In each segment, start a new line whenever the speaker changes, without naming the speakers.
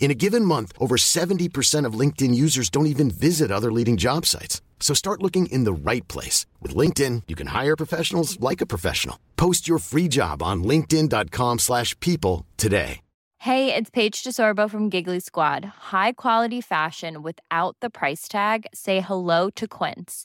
In a given month, over 70% of LinkedIn users don't even visit other leading job sites. So start looking in the right place. With LinkedIn, you can hire professionals like a professional. Post your free job on linkedin.com/people slash people today.
Hey, it's Paige DeSorbo from Giggly Squad. High quality fashion without the price tag. Say hello to Quince.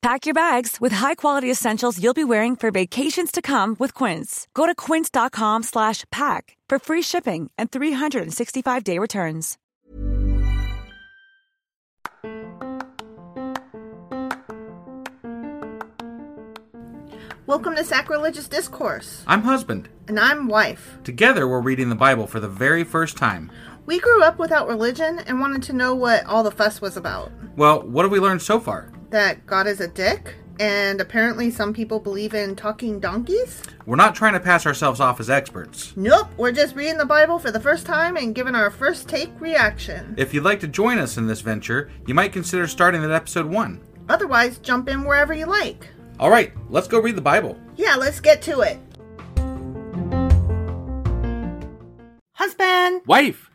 Pack your bags with high-quality essentials you'll be wearing for vacations to come with Quince. Go to quince.com slash pack for free shipping and 365-day returns.
Welcome to Sacrilegious Discourse,
I'm husband.
and I'm Wife.
Together we're reading the Bible for the very first time.
We grew up without religion and wanted to know what all the fuss was about.
Well, what have we learned so far?
That God is a dick, and apparently some people believe in talking donkeys?
We're not trying to pass ourselves off as experts.
Nope, we're just reading the Bible for the first time and giving our first take reaction.
If you'd like to join us in this venture, you might consider starting at episode 1.
Otherwise, jump in wherever you like.
All right, let's go read the Bible.
Yeah, let's get to it. Husband,
Wife!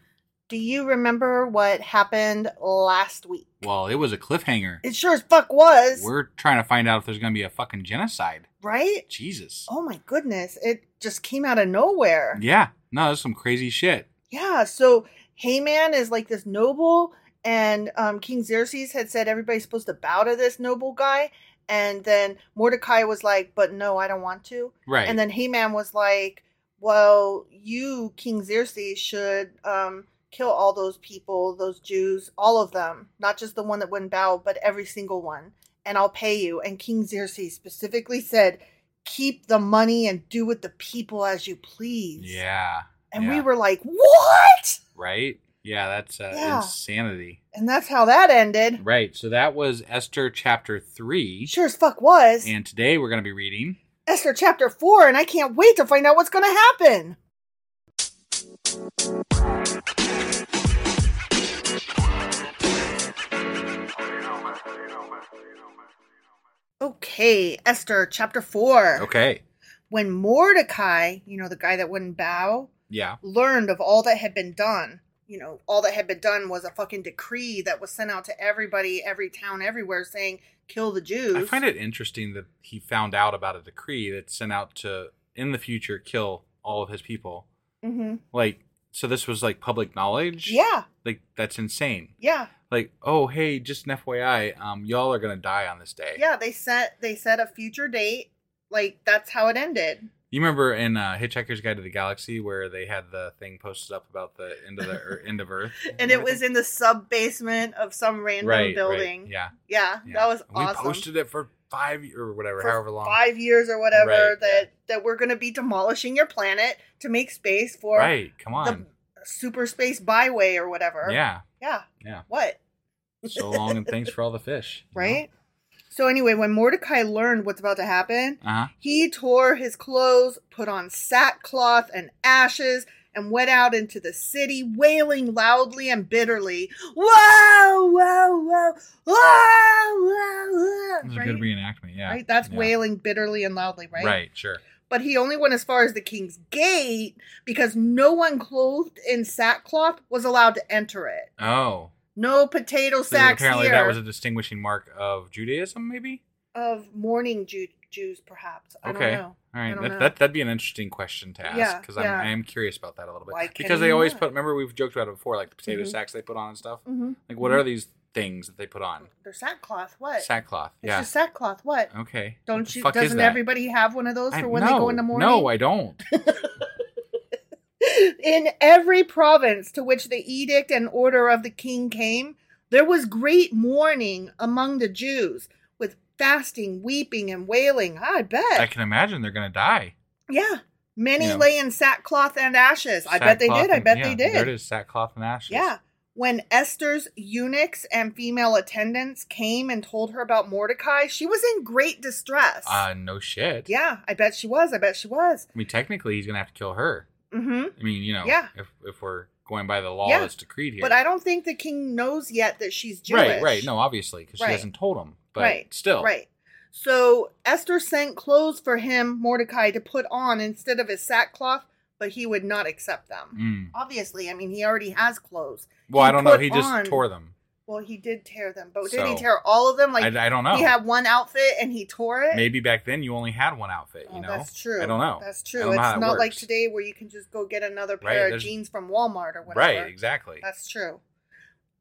do you remember what happened last week?
Well, it was a cliffhanger.
It sure as fuck was,
We're trying to find out if there's going to be a fucking genocide.
right?
Jesus.
Oh my goodness, it just came out of nowhere.
Yeah. No, that's some crazy shit.
Yeah, so Haman is like this noble, and um, King Xerxes had said everybody's supposed to bow to this noble guy. And then Mordecai was like, but no, I don't want to.
Right.
And then Haman was like, well, you, King Xerxes, should um, kill all those people, those Jews, all of them, not just the one that wouldn't bow, but every single one. And I'll pay you. And King Xerxes specifically said, keep the money and do with the people as you please.
Yeah.
And
yeah.
we were like, what?
Right? Yeah, that's uh,
Yeah.
insanity.
And that's how that ended.
Right. So that was Esther chapter 3.
Sure as fuck was.
And today we're going to be reading.
Esther chapter 4, and I can't wait to find out what's going to happen. Okay, Esther chapter 4.
Okay.
When Mordecai, you know, the guy that wouldn't bow,
Yeah.
learned of all that had been done. You know, all that had been done was a fucking decree that was sent out to everybody, every town, everywhere, saying, kill the Jews.
I find it interesting that he found out about a decree that sent out to, in the future, kill all of his people.
hmm
Like, So this was like public knowledge.
Yeah,
Like that's insane.
yeah,
Like, oh hey, just an FYI, um, y'all are gonna die on this day.
yeah. They set they set a future date. Like that's how it ended.
You remember in uh, Hitchhiker's Guide to the Galaxy where they had the thing posted up about the end of the or end of Earth,
And it was in the sub basement of some random building.
Yeah,
Yeah,
yeah.
that was
And
awesome.
We posted it for five or whatever,
for
however long.
five years or whatever
Right,
that that we're going to be demolishing your planet to make space for
right? Come
the
on.
super space byway or whatever.
yeah,
yeah,
yeah.
What
So long and thanks for all the fish.
right? So anyway, when Mordecai learned what's about to happen,
Uh huh.
he tore his clothes, put on sackcloth and ashes, and went out into the city, wailing loudly and bitterly. Whoa, whoa, whoa, whoa, whoa,
It
whoa.
was
Right?
a good reenactment. Yeah.
right? That's
yeah.
wailing bitterly and loudly, right?
Right. Sure.
But he only went as far as the king's gate because no one clothed in sackcloth was allowed to enter it.
Oh.
No potato
So
sacks
apparently
here
that was a distinguishing mark of Judaism, maybe.
of mourning Jew- Jews, perhaps. I
Okay.
don't know.
All
I
right,
don't know.
that, that that'd be an interesting question to ask
Yeah,
because
yeah.
I'm I am curious about that a little bit
Why can
because they
you
always
not?
put. Remember we've joked about it before, like the potato
Mhm.
sacks they put on and stuff.
hmm
Like what are these things that they put on?
They're sackcloth. What?
Sackcloth.
It's
yeah.
just sackcloth. What?
okay. What
Don't
the
you?
fuck is
Doesn't
that?
everybody have one of those
I-
for when they
no,
go in the morning?
No, I don't.
in every province to which the edict and order of the king came, there was great mourning among the Jews, with fasting, weeping, and wailing. I bet.
I can imagine they're gonna die.
yeah. Many
Yeah.
lay in sackcloth and ashes. I bet they
Sackcloth
did. I
and-
bet
yeah,
they did.
There it is, sackcloth and ashes.
Yeah. When Esther's eunuchs and female attendants came and told her about Mordecai, she was in great distress.
Uh, no shit.
yeah, I bet she was. I bet she was.
I mean, technically, he's gonna have to kill her.
hmm
I mean, you know,
Yeah.
if if we're going by the law
Yeah.
that's decreed here.
But I don't think the king knows yet that she's Jewish.
Right, right. No, obviously, because
Right.
she hasn't told him. But
right.
still,
Right. So Esther sent clothes for him, Mordecai, to put on instead of his sackcloth, but he would not accept them.
Mm.
Obviously, I mean, he already has clothes.
Well, I don't know.
put
He just
on-
tore them.
Well, he did tear them, but did he
So-
tear all of them? Like
I, I don't know.
he had one outfit and he tore it.
Maybe back then you only had one outfit. You
Oh,
know,
that's true.
I don't know.
That's
I
true.
don't know
It's
how that
not like
works.
today where you can just go get another
Right,
pair of
there's-
jeans from Walmart or whatever.
Right, exactly.
That's true.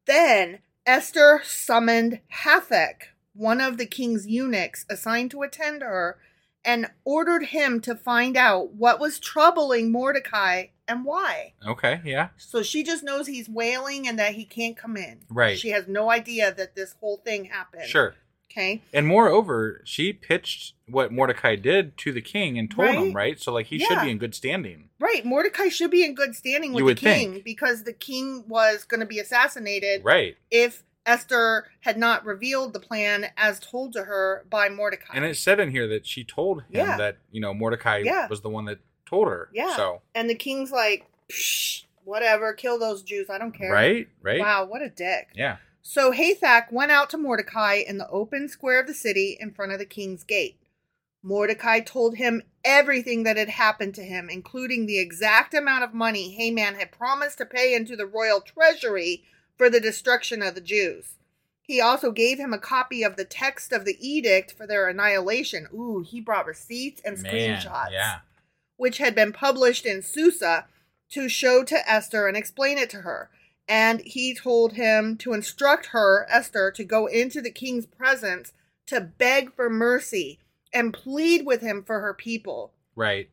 Then Esther summoned Hathach, one of the king's eunuchs assigned to attend her, and ordered him to find out what was troubling Mordecai and why.
okay, yeah.
So she just knows he's wailing and that he can't come in.
Right.
She has no idea that this whole thing happened.
Sure.
Okay.
And moreover, she pitched what Mordecai did to the king and told him,
Right.
right? So like he
Yeah.
should be in good standing.
Right, Mordecai should be in good standing with
You would
the king
think.
because the king was going to be assassinated
Right.
if Esther had not revealed the plan as told to her by Mordecai.
And it said in here that she told him
Yeah.
that, you know, Mordecai
Yeah.
was the one that told her.
yeah,
So
and the king's like, Psh, whatever, kill those Jews. I don't care.
right? Right?
Wow, what a dick.
Yeah.
So Hathach went out to Mordecai in the open square of the city in front of the king's gate. Mordecai told him everything that had happened to him, including the exact amount of money Haman had promised to pay into the royal treasury for the destruction of the Jews. He also gave him a copy of the text of the edict for their annihilation. Ooh, he brought receipts and
Man,
screenshots
Yeah.
which had been published in Susa, to show to Esther and explain it to her. And he told him to instruct her, Esther, to go into the king's presence to beg for mercy and plead with him for her people,
Right.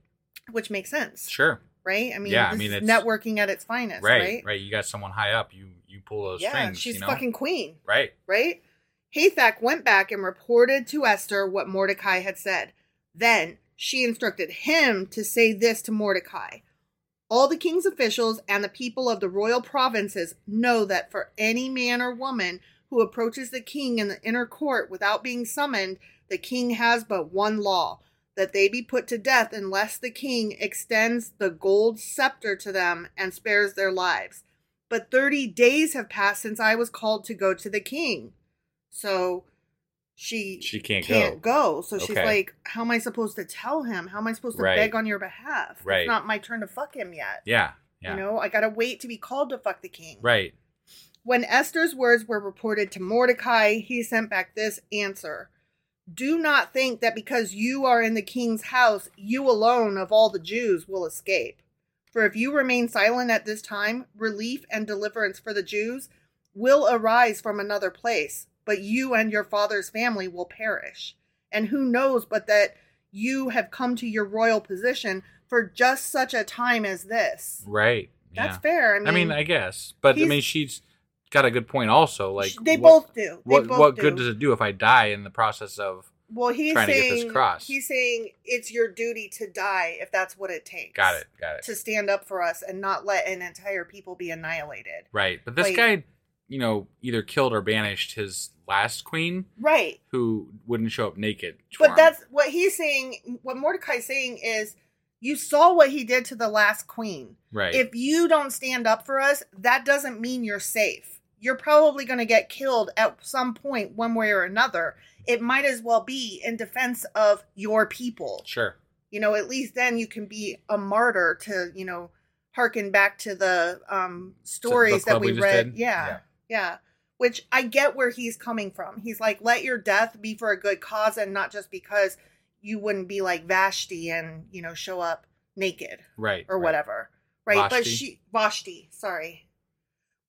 which makes sense,
Sure.
right? I mean,
Yeah, I
this
mean,
is
it's-
networking at its finest, right?
right, right. You got someone high up, you you pull those
yeah,
strings.
she's
you know?
fucking queen.
Right.
right? Hathach went back and reported to Esther what Mordecai had said. Then she instructed him to say this to Mordecai All the king's officials and the people of the royal provinces know that for any man or woman who approaches the king in the inner court without being summoned, the king has but one law that they be put to death unless the king extends the gold scepter to them and spares their lives but 30 days have passed since I was called to go to the king. So she
She can't
go. So she's
Okay.
like, how am I supposed to tell him? How am I supposed to
Right.
beg on your behalf?
Right.
It's not my turn to fuck him yet.
Yeah. Yeah.
You know, I got to wait to be called to fuck the king.
Right.
When Esther's words were reported to Mordecai, he sent back this answer. Do not think that because you are in the king's house, you alone of all the Jews will escape. For if you remain silent at this time, relief and deliverance for the Jews will arise from another place, but you and your father's family will perish. And who knows but that you have come to your royal position for just such a time as this?
Right.
That's
yeah.
fair. I mean,
I mean, I guess, but I
he's-
mean, she's got a good point. Also, like
they
what-
both do. They
What
both
what
do.
good does it do if I die in the process of?
Well, he's
trying to get
saying
this across.
he's saying it's your duty to die if that's what it takes.
Got it. Got it.
To stand up for us and not let an entire people be annihilated.
Right. But this
Like-
guy, you know, either killed or banished his last queen,
Right.
who wouldn't show up naked. to
But
harm.
that's what he's saying. What Mordecai's saying is, you saw what he did to the last queen.
right.
If you don't stand up for us, that doesn't mean you're safe. You're probably going to get killed at some point, one way or another. It might as well be in defense of your people.
sure.
You know, at least then you can be a martyr to, you know, harken back to the um, stories that
club we
we,
just
read.
did?
Yeah,
Yeah.
yeah. Which I get where he's coming from. He's like, let your death be for a good cause and not just because you wouldn't be like Vashti and, you know, show up naked
Right.
or
right.
whatever. Right. But
Vashti.
she Vashti, sorry.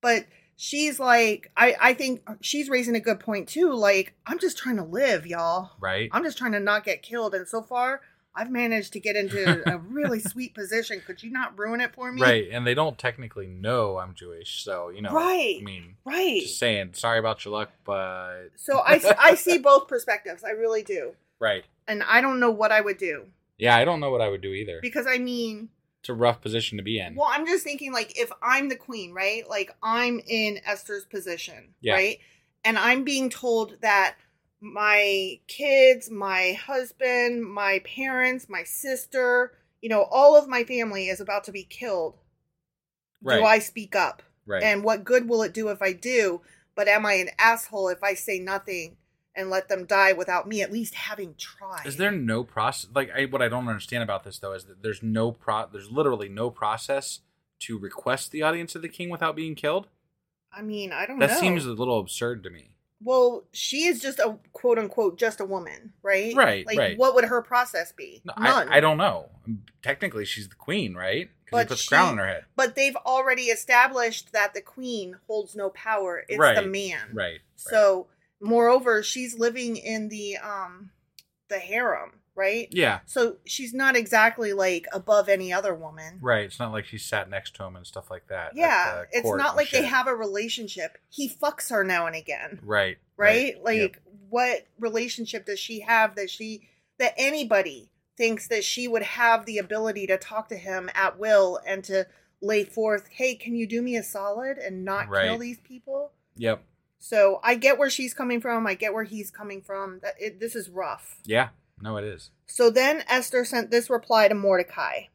But she's like I I think she's raising a good point too. Like, I'm just trying to live, y'all.
Right.
I'm just trying to not get killed and so far I've managed to get into a really sweet position. Could you not ruin it for me?
Right. And they don't technically know I'm Jewish, so you know.
Right.
I mean,
Right.
just saying. Sorry about your luck, but
So I I see both perspectives. I really do.
right.
And I don't know what I would do
Yeah, I don't know what I would do either.
because I mean,
It's a rough position to be in.
Well, I'm just thinking like if I'm the queen, right? Like I'm in Esther's position,
Yeah.
right? And I'm being told that my kids, my husband, my parents, my sister, you know, all of my family is about to be killed.
right.
Do I speak up?
right.
And what good will it do if I do? But am I an asshole if I say nothing and let them die without me at least having tried?
Is there no process? Like, I, what I don't understand about this though is that there's no pro. There's literally no process to request the audience of the king without being killed.
I mean, I don't
That
know.
seems a little absurd to me.
Well, she is just a quote unquote just a woman, right?
Right,
Like,
right.
what would her process be?
No,
None.
I, I don't know. Technically, she's the queen, right? Because he
But
puts
she-
the crown on her head.
But they've already established that the queen holds no power. It's the
Right,
man.
Right. right.
So, moreover, she's living in the um, the harem, right?
yeah,
So she's not exactly like above any other woman.
right. It's not like she sat next to him and stuff like that. at
Yeah,
the
it's
court
not
and
like they
shit.
have a relationship. He fucks her now and again.
Right.
right? Like
Yep.
what relationship does she have that she that anybody thinks that she would have the ability to talk to him at will and to lay forth, "Hey, can you do me a solid and not kill
Right.
these people?"
Yep.
So, I get where she's coming from. I get where he's coming from. That it, this is rough.
Yeah. No, it is.
So then Esther sent this reply to Mordecai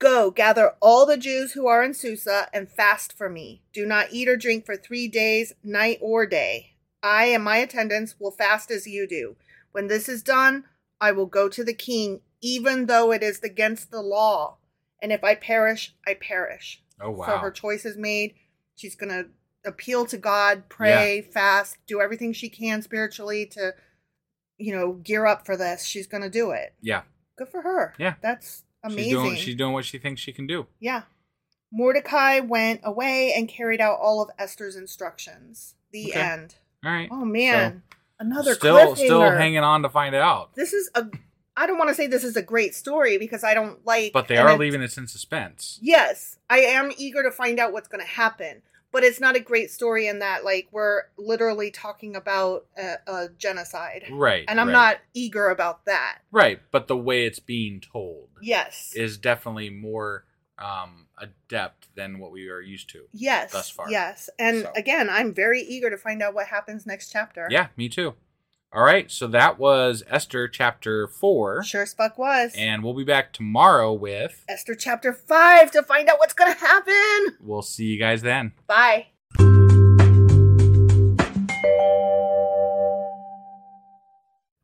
Go, gather all the Jews who are in Susa and fast for me. Do not eat or drink for three days, night or day. I and my attendants will fast as you do. When this is done, I will go to the king, even though it is against the law. And if I perish, I perish.
Oh wow.
So her choice is made. She's going to appeal to God, pray, fast, do everything she can spiritually to, you know, gear up for this. She's going to do it
yeah.
good for her.
Yeah.
That's amazing.
She's doing. She's doing what she thinks she can do.
yeah. Mordecai went away and carried out all of Esther's instructions. The
Okay.
end.
All right.
Oh man. Another
still
cliffhanger.
still hanging on to find out.
This is a I don't want to say this is a great story because I don't like
But they
and
are
it-
leaving us in suspense.
Yes, I am eager to find out what's going to happen. But it's not a great story in that like we're literally talking about a, a genocide.
Right.
And I'm
right.
not eager about that.
Right, but the way it's being told
Yes.
is definitely more um adept than what we are used to.
Yes.
thus far.
Yes. And
So.
again, I'm very eager to find out what happens next chapter.
Yeah, me too. All right, so that was Esther chapter 4
Sure as fuck was.
and we'll be back tomorrow with
Esther chapter five to find out what's gonna happen.
We'll see you guys then.
Bye.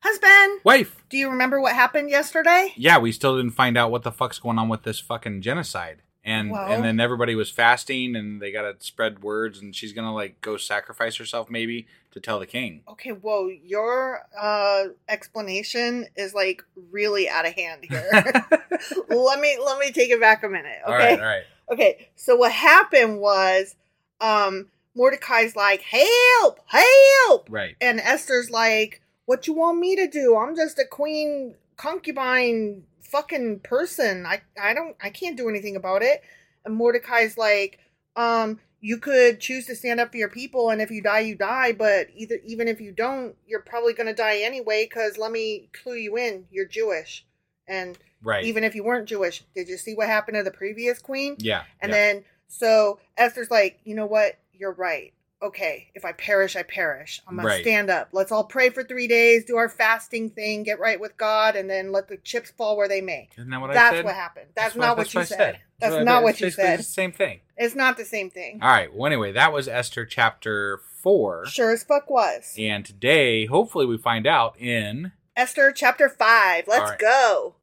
Husband,
Wife.
do you remember what happened yesterday?
Yeah, we still didn't find out what the fuck's going on with this fucking genocide. and
Wow.
and then everybody was fasting, and they got to spread words, and she's gonna like go sacrifice herself maybe to tell the king.
Okay, whoa, your uh explanation is like really out of hand here. let me let me take it back a minute. Okay.
All right, all right.
Okay. So what happened was um Mordecai's like, "Help! Help!"
Right.
And Esther's like, "What you want me to do? I'm just a queen concubine fucking person. I I don't I can't do anything about it." And Mordecai's like, "Um, you could choose to stand up for your people and if you die, you die, but either even if you don't, you're probably going to die anyway cuz let me clue you in, you're Jewish." And
Right.
even if you weren't Jewish, did you see what happened to the previous queen?
yeah.
And
yeah.
then so Esther's like, you know what? You're right. Okay, if I perish, I perish. I'm gonna
Right.
stand up. Let's all pray for three days, do our fasting thing, get right with God, and then let the chips fall where they may.
Isn't that what I
that's
said?
what happened. That's, not what,
that's
you
I
said.
That's
That's, not
I-
what
it's
you
basically
said.
The same thing.
It's not the same thing.
All right. Well, anyway, that was Esther chapter four,
Sure as fuck was.
and today hopefully we find out in.
Esther chapter five. Let's
right.
go.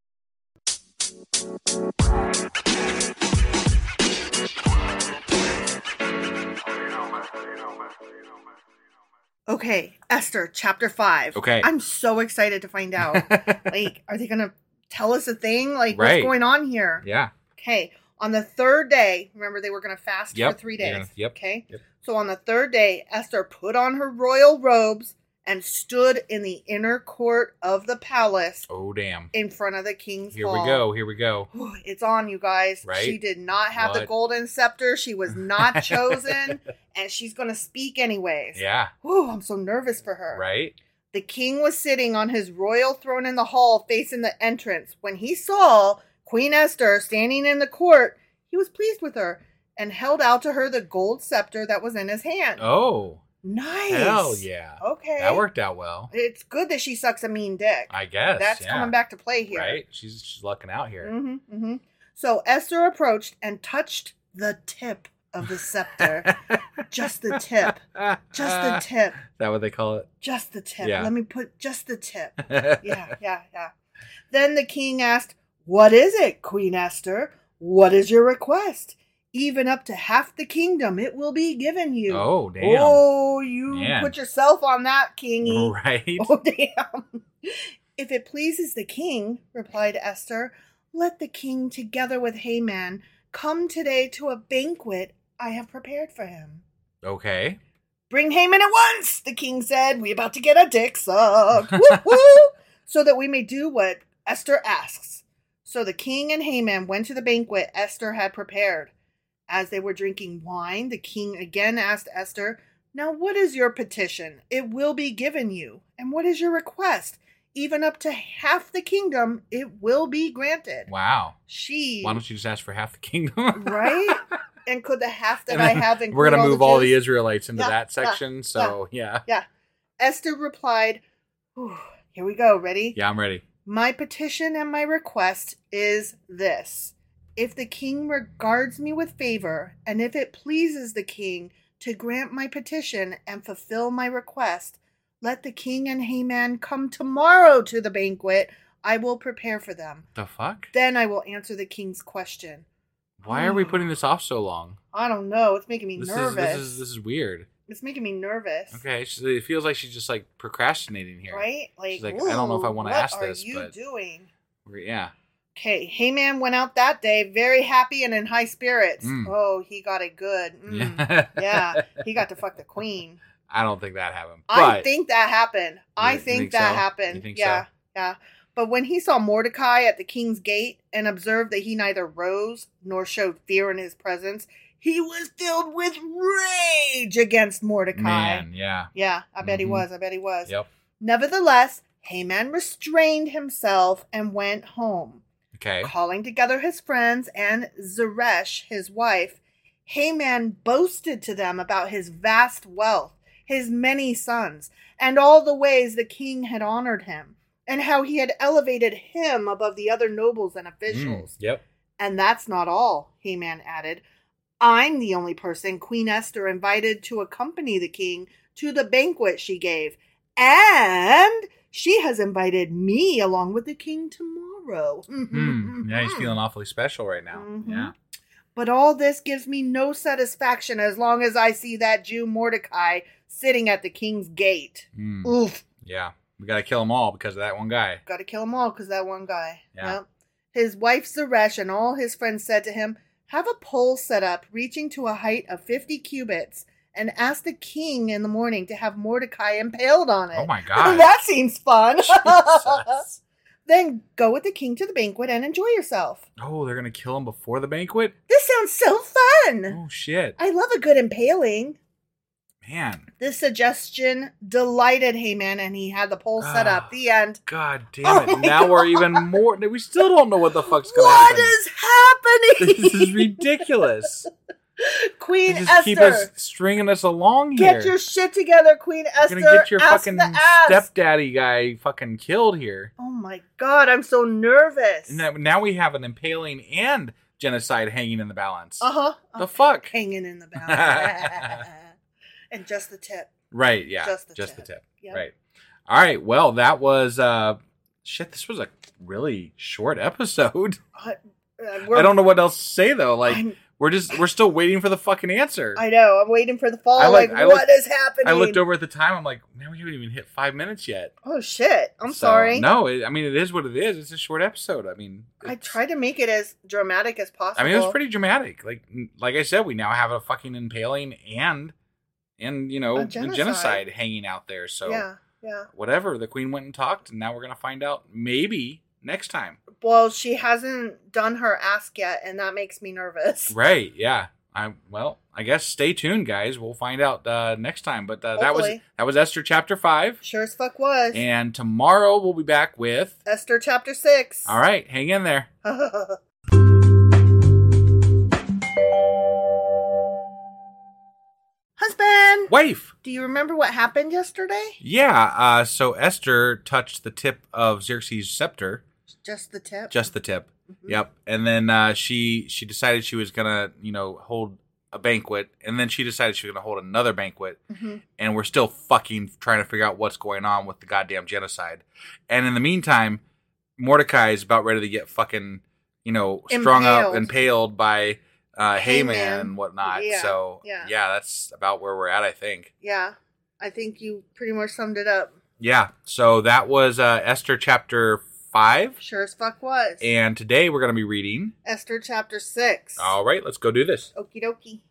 Okay, Esther chapter five.
Okay.
I'm so excited to find out. like, are they gonna tell us a thing? Like,
Right.
what's going on here?
Yeah.
Okay. On the third day, remember they were going to fast
Yep,
for three
they're
days.
gonna- yep,
Okay.
yep.
So on the third day, Esther put on her royal robes and stood in the inner court of the palace
Oh damn.
in front of the king's
Here
hall.
we go. Here we go.
Whew, It's on, you guys.
Right?
She did not have the
What?
golden scepter. She was not chosen, and she's going to speak anyways.
Yeah.
Whew, I'm so nervous for her.
Right.
The king was sitting on his royal throne in the hall facing the entrance. When he saw Queen Esther standing in the court, he was pleased with her and held out to her the gold scepter that was in his hand.
Oh.
nice.
Hell yeah.
Okay.
That worked out well.
It's good that she sucks a mean dick.
I guess.
That's
yeah.
coming back to play here.
Right. She's she's lucking out here.
hmm hmm So Esther approached and touched the tip of the scepter. just the tip. Just the tip.
Is that what they call it?
Just the tip.
Yeah.
Let me put just the tip. yeah, yeah, yeah. Then the king asked, What is it, Queen Esther? What is your request? Even up to half the kingdom it will be given you.
Oh, damn.
Oh, you
Man.
put yourself on that, kingy.
right.
Oh, damn. If it pleases the king, replied Esther, let the king, together with Haman, come today to a banquet I have prepared for him.
Okay.
Bring Haman at once, the king said. We about to get our dick sucked. Woo, woo. so that we may do what Esther asks. So the king and Haman went to the banquet Esther had prepared. As they were drinking wine, the king again asked Esther, Now what is your petition? It will be given you. And what is your request? Even up to half the kingdom, it will be granted.
Wow.
She
Why don't you just ask for half the kingdom?
right? And could the half that
And
I
then
have
We're
include
gonna move all the
Jews?
Israelites into
Yeah,
that
yeah,
section. so yeah.
Yeah. Esther replied, Whew, Here we go. Ready?
Yeah, I'm ready.
My petition and my request is this If the king regards me with favor, and if it pleases the king to grant my petition and fulfill my request, let the king and Haman come tomorrow to the banquet. I will prepare for them.
The fuck?
Then I will answer the king's question.
Why are we putting this off so long?
I don't know. It's making me
This is
nervous.
this is this is weird.
It's making me nervous.
Okay, she, it feels like she's just like procrastinating here.
Right? Like,
She's like, I don't know if I
"Ooh,
wanna
what
ask this,
are you
but-
doing?
We're- Yeah.
Okay, Heyman went out that day very happy and in high spirits.
Mm.
Oh, he got it good. Mm.
Yeah.
yeah, he got to fuck the queen.
I don't think that happened.
I
But
think that happened. I
You
think,
think
that
so?
happened.
You think
yeah,
so?
yeah. But when he saw Mordecai at the king's gate and observed that he neither rose nor showed fear in his presence, he was filled with rage against Mordecai.
man, yeah.
Yeah, I bet he
Mhm.
was. I bet he was.
Yep.
Nevertheless, Haman restrained himself and went home.
Okay.
Calling together his friends and Zeresh, his wife, Haman boasted to them about his vast wealth, his many sons, and all the ways the king had honored him, and how he had elevated him above the other nobles and officials.
Mm, yep.
And that's not all, Haman added. I'm the only person Queen Esther invited to accompany the king to the banquet she gave. And she has invited me along with the king tomorrow.
Mm.
mm,
Hmm. Yeah, he's feeling awfully special right now.
Mhm.
Yeah.
But all this gives me no satisfaction as long as I see that Jew Mordecai sitting at the king's gate.
Hmm.
Oof.
Yeah. We got to kill them all because of that one guy.
Gotta kill them all because that one guy.
Yeah.
Yep. His wife Zeresh and all his friends said to him, Have a pole set up reaching to a height of 50 cubits and ask the king in the morning to have Mordecai impaled on it.
Oh my God.
that seems fun.
Jesus.
then go with the king to the banquet and enjoy yourself.
Oh, they're going to kill him before the banquet?
This sounds so fun.
Oh, shit.
I love a good impaling.
Man.
This suggestion delighted Haman, and he had the pole set
Ah.
up. The end.
God
Oh
damn it.
my
Now we're even more. We still don't know what the fuck's going to
What
happen.
is
This is
happening?
ridiculous. They
Queen
just
Esther,
keep us stringing us along here.
get your shit together, Queen Esther.
You're gonna get your
Ask
fucking
the ass.
stepdaddy guy fucking killed here.
Oh my god, I'm so nervous.
And now, now we have an impaling and genocide hanging in the balance.
Uh huh.
The fuck?
Hanging in the balance, and just the tip.
Right, yeah.
Just the
just
tip.
the tip.
Yep.
Right. All right. Well, that was uh shit, this was a really short episode.
Uh, uh, we're-
I don't know what else to say though. Like
I'm-
we're just we're still waiting for the fucking answer.
I know. I'm waiting for the fall.
I
like,
look- I
what
look-
is happening?
I looked over at the time. I'm like, man, we haven't even hit five minutes yet.
Oh shit! I'm
So,
sorry.
No, it, I mean it is what it is. It's a short episode. I mean,
I
it's-
tried to make it as dramatic as possible.
I mean, it was pretty dramatic. Like, like I said, we now have a fucking impaling and, and you know,
A
a genocide,
genocide.
hanging out there. So
Yeah, yeah.
whatever, the queen went and talked, and now we're gonna find out maybe next time.
Well, she hasn't done her ask yet, and that makes me nervous.
Right? Yeah. I well, I guess stay tuned, guys. We'll find out uh, next time. But uh, that was
Hopefully.
that was Esther chapter five,
Sure as fuck was.
and tomorrow we'll be back with.
Esther chapter six.
All right, hang in there.
right. Husband,
Wife.
do you remember what happened yesterday?
Yeah, uh, so Esther touched the tip of Xerxes' scepter,
Just the tip.
just the tip.
Mm-hmm.
Yep, and then uh, she she decided she was gonna you know hold a banquet, and then she decided she was gonna hold another banquet,
Mm-hmm.
and we're still fucking trying to figure out what's going on with the goddamn genocide. And in the meantime, Mordecai is about ready to get fucking you know strung up,
Impaled.
impaled by uh, Haman
Haman.
and whatnot.
Yeah,
So
yeah.
yeah, that's about where we're at, I think.
Yeah, I think you pretty much summed it up.
Yeah. So that was uh, Esther chapter five,
Sure as fuck was.
and today we're going to be reading.
Esther chapter six.
All right, let's go do this.
Okie dokie.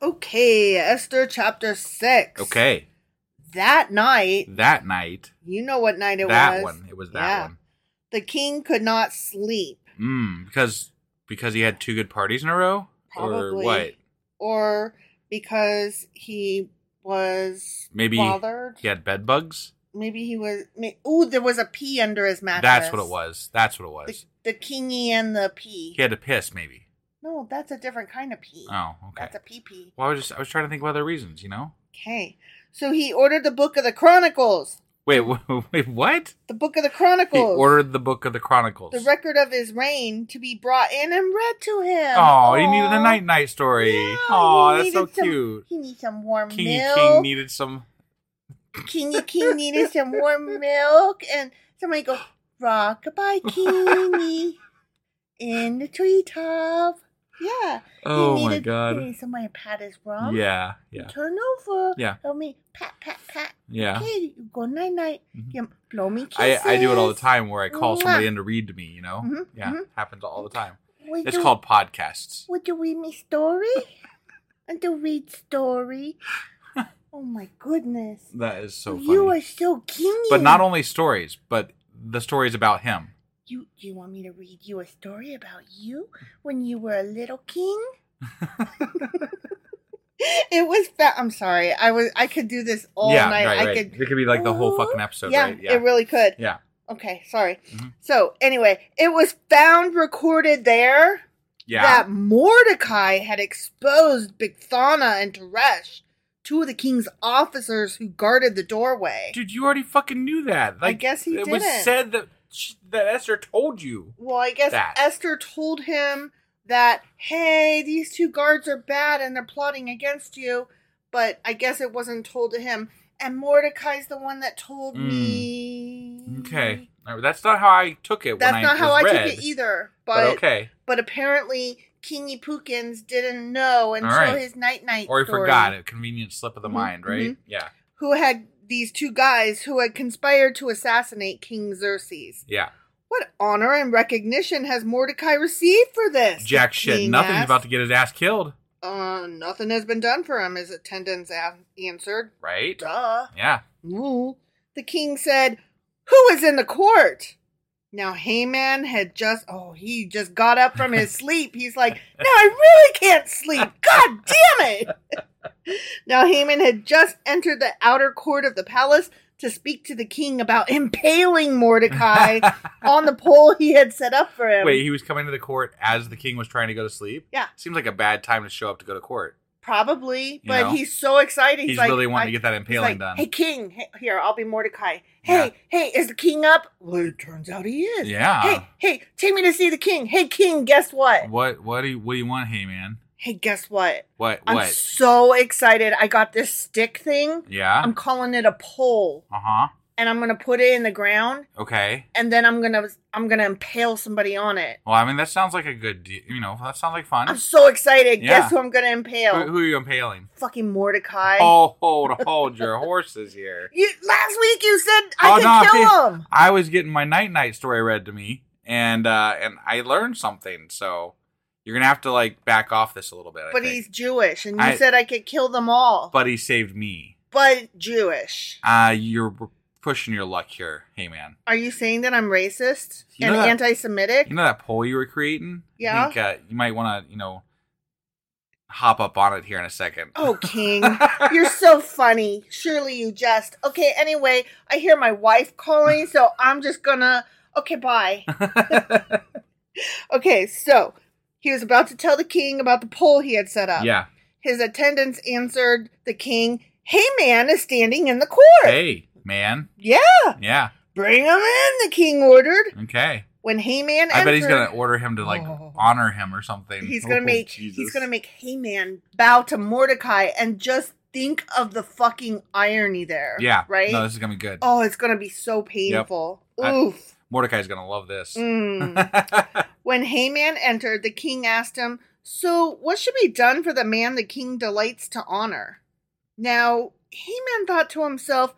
Okay, Esther chapter 6.
Okay.
That night,
That night,
you know what night it
that
was.
one, it was that
Yeah.
one.
The king could not sleep
Mm, because because he had two good parties in a row, or
Probably.
what?
or because he was
Maybe
bothered.
he had bed bugs.
Maybe he was may, Ooh, there was a pea under his mattress.
That's what it was. That's what it
The,
was.
the kingy and the pea.
He had to piss, maybe.
No, that's a different kind of pee.
Oh, okay.
That's a pee pee.
Well, I was just I was trying to think of other reasons. You know.
Okay. So he ordered the Book of the Chronicles.
Wait, wh- wait, what?
The Book of the
He
Chronicles.
ordered the book of the Chronicles.
the record of his reign to be brought in and read to him.
Oh, he
Aw.
needed a night night story.
Yeah,
oh,
he
that's so
needed some-
cute.
He needs some warm
Kingy
milk.
King needed some.
Kingy King needed some warm milk. And somebody go, rock by Kingy in the treetop. Yeah.
Oh
he
my
needed,
God.
He needed somebody to pat his rump.
Yeah,
You
yeah,
Turn over.
Yeah.
Help me pat, pat, pat.
yeah. Mm-hmm.
Okay, you go night night. Yeah, blow me
I,
kisses.
I do it all the time where I call
Mwah.
somebody in to read to me. You know,
Mhm,
yeah,
mhm.
happens all the time.
Would
It's
you-
called podcasts.
Would you read me story? and to read story. Oh my goodness.
That is so
You are
funny.
so kingy.
But not only stories, but the stories about him.
You do you want me to read you a story about you when you were a little king? it was fa- I'm sorry. I was I could do this all
yeah,
night.
right,
I
right.
could
it could be like the whole
Ooh.
fucking episode,
yeah,
right? Yeah,
it really could.
yeah.
Okay, sorry.
Mhm.
So anyway, it was found recorded there
yeah.
that Mordecai had exposed Bigthana and Teresh, two of the king's officers who guarded the doorway.
Dude, you already fucking knew that. Like,
guess he
It was
didn't.
said that she, that Esther told you.
Well, I guess
That.
Esther told him that, hey, these two guards are bad and they're plotting against you. But I guess it wasn't told to him. and Mordecai's the one that told me.
Hmm. Okay. All right, That's not how I took it.
Mm-hmm. That's
when
not
I
how
was
I
read,
took it either.
But,
But but,
okay,
apparently Kingy Pookins didn't know until
right.
his night night
or he forgot it. Convenient slip of the
Mhm,
mind, right? Yeah,
Who had these two guys who had conspired to assassinate King Xerxes.
yeah.
What honor and recognition has Mordecai received for this?
Jack shit.
King
Nothing's
asked.
about to get his ass killed,
Uh, nothing has been done for him, his attendants an- answered.
right?
Duh.
Yeah.
Ooh. The king said, Who is in the court? Now Haman had just oh, he just got up from his sleep. He's like, Now I really can't sleep. God damn it. now Haman had just entered the outer court of the palace to speak to the king about impaling Mordecai on the pole he had set up for him.
Wait, he was coming to the court as the king was trying to go to sleep.
Yeah.
seems like a bad time to show up to go to court.
Probably,
You
but
know?
he's so excited.
He's,
like,
really wanting
I-
to get that
He's
impaling
like,
done.
Hey, King, hey, here, I'll be Mordecai. Hey, hey, is the king up? Well, it turns out he is.
Yeah.
Hey, hey, take me to see the king. Hey, King, guess what?
What? What do you? What do you want, hey man?
Hey, guess what?
What?
I'm
what?
so excited. I got this stick thing.
yeah.
I'm calling it a pole,
Uh huh.
and I'm gonna put it in the ground,
Okay.
and then I'm gonna I'm gonna impale somebody on it.
Well, I mean, that sounds like a good. De- you know, that sounds like fun.
I'm so excited.
Yeah.
Guess who I'm gonna impale?
Who, who are you impaling?
Fucking Mordecai.
Oh, hold, hold your horses here.
You, last week you said I
Oh,
could
no,
kill
I-
him.
I was getting my night night story read to me, and uh and I learned something. So you're gonna have to like back off this a little bit. I
But
think.
he's Jewish, and you
I-
said I could kill them all. But,
but he saved me.
Jewish.
Uh you're pushing your luck here, hey man.
Are you saying that I'm racist
You
and
know that-
anti-Semitic?
You know that poll you were creating?
Yeah.
I think uh, you might want to, you know, hop up on it here in a second.
oh, King, you're so funny. Surely you jest. Okay. Anyway, I hear my wife calling, so I'm just gonna. Okay, bye. okay, so he was about to tell the king about the pole he had set up.
yeah.
His attendants answered the king, "Hey, man, is standing in the court.
Hey, man.
Yeah,
Yeah.
bring him in." The king ordered.
Okay.
when Heyman
I bet he's
entered,
gonna order him to like
Oh.
honor him or something.
he's gonna
Oh,
make
Jesus.
he's gonna make Heyman bow to Mordecai and just think of the fucking irony there.
Yeah.
Right?
No, this is gonna be good.
oh, it's gonna be so painful.
I-
Oof.
Mordecai's gonna love this.
Mm. when Heyman entered, the king asked him, So what should be done for the man the king delights to honor? Now Heyman thought to himself,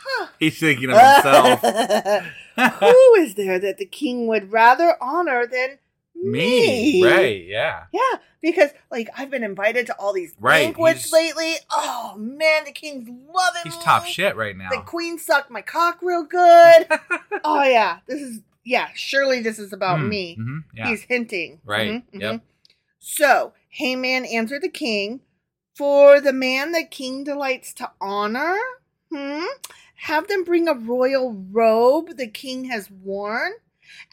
Huh.
he's thinking of himself.
Who is there that the king would rather honor than
Me.
me?
Right, yeah.
Yeah, because like I've been invited to all these
Right, he's-
banquets lately. Oh man, the king's loving
He's
me.
top shit right now.
The queen sucked my cock real good. oh yeah, this is yeah. Surely this is about
Mm,
me.
mhm, yeah.
He's hinting.
right.
Mhm, mhm.
Yep.
So Haman answered the king, "For the man the king delights to honor, hmm, have them bring a royal robe the king has worn,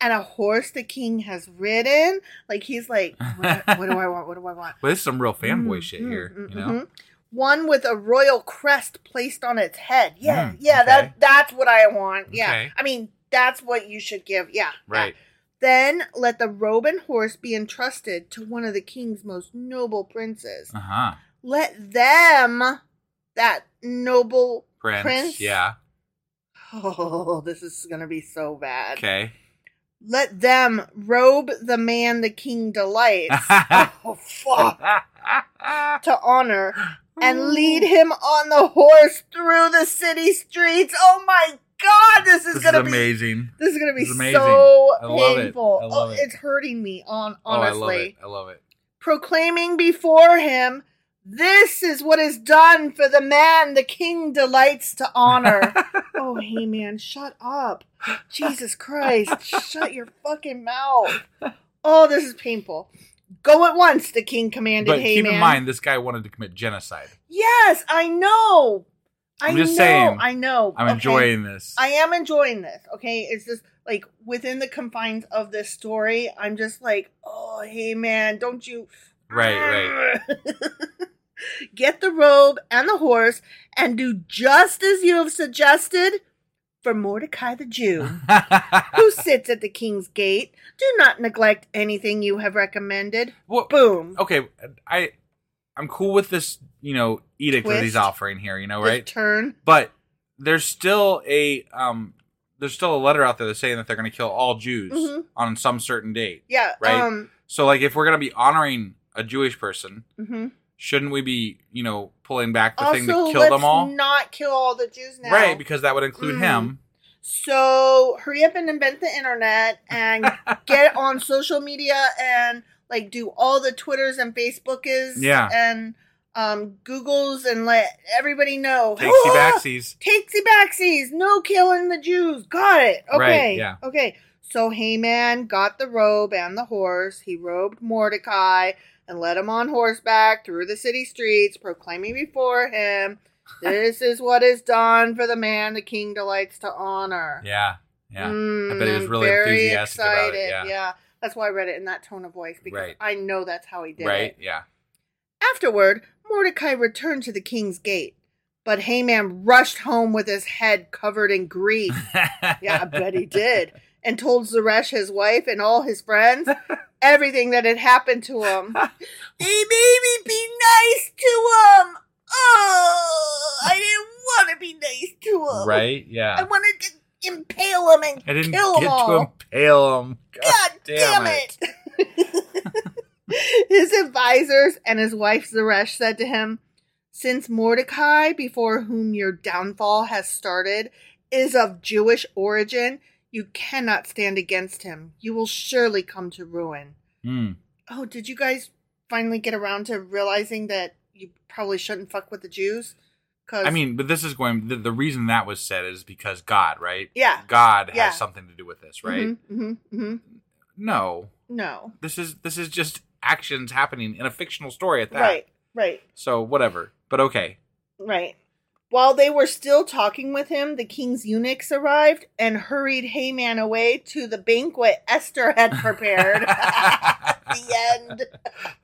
and a horse the king has ridden." Like he's like, "What, what do I want? What do I want?"
Well, this is some real fanboy
Mm,
shit
mm,
here,
mm,
you know?
mhm. One with a royal crest placed on its head. Yeah,
Mm,
yeah,
okay.
that that's what I want. Yeah.
Okay.
I mean, that's what you should give. Yeah. yeah.
Right.
Then let the robe and horse be entrusted to one of the king's most noble princes.
Uh huh.
Let them, that noble
Prince.
Prince?
Yeah.
Oh, this is going to be so bad.
Okay.
Let them robe the man the king delights. oh, fuck. To honor
Oh.
and lead him on the horse through the city streets. Oh my god, this
this
is
is
gonna be
amazing.
this is gonna be
This is amazing.
so
I love it.
painful.
I love
oh,
it.
it's hurting me on
Oh, I
honestly.
love it. I love it.
proclaiming before him, This is what is done for the man the king delights to honor. oh, hey, man, shut up. Jesus Christ, shut your fucking mouth. Oh, this is painful. Go at once, the king commanded
But
Haman.
keep in mind, this guy wanted to commit genocide.
Yes, I know. I
I'm just
know.
saying,
I know.
I'm
Okay.
enjoying this.
I am enjoying this. Okay, it's just like within the confines of this story. I'm just like, oh, hey man, don't you?
Right, right.
Get the robe and the horse and do just as you have suggested for Mordecai the Jew, who sits at the king's gate. Do not neglect anything you have recommended.
What-
Boom.
Okay, I I'm cool with this, you know, edict that he's
Twist.
offering here, you know,
This
right?
turn.
But there's still a um there's still a letter out there that's saying that they're going to kill all Jews
Mhm.
on some certain date.
Yeah.
Right.
Um.
So like if we're going to be honoring a Jewish person,
mhm.
shouldn't we be, you know, pulling back the
Also,
thing to kill
let's
them all? Right,
not kill all the Jews now.
because that would include
Mm.
him.
So hurry up and invent the internet and get on social media and like do all the Twitters and Facebookas
Yeah.
and um, Googles and let everybody know. Ah,
Takesy backsies.
Takesy backsies. No killing the Jews. Got it. Okay.
Right, yeah.
Okay. So Haman got the robe and the horse. He robed Mordecai and led him on horseback through the city streets, proclaiming before him, This is what is done for the man the king delights to honor.
Yeah. Yeah.
Mm,
I bet he was
I'm
really
very
enthusiastic about it.
excited.
Yeah.
That's why I read it in that tone of voice because
Right.
I know that's how he did
Right?
it.
Yeah.
Afterward, Mordecai returned to the king's gate, but Haman rushed home with his head covered in grief. yeah, I bet he did. And told Zeresh, his wife, and all his friends everything that had happened to him. hey, baby, be nice to him. Oh, I didn't want to be nice to him.
Right?
I
Yeah.
wanted to impale him and
I didn't
kill him
get
all.
to impale him. God,
God damn, it. his advisors and his wife Zeresh said to him, Since Mordecai, before whom your downfall has started, is of Jewish origin, you cannot stand against him. You will surely come to ruin.
Hmm.
Oh, did you guys finally get around to realizing that you probably shouldn't fuck with the Jews? Cause,
I mean, but this is going. The, the reason that was said is because God, right?
Yeah.
God
Yeah.
has something to do with this, right?
hmm hmm
No,
No.
this is this is just actions happening in a fictional story at that.
Right, right.
So whatever. But okay.
Right. While they were still talking with him, the king's eunuchs arrived and hurried Haman away to the banquet Esther had prepared. the end.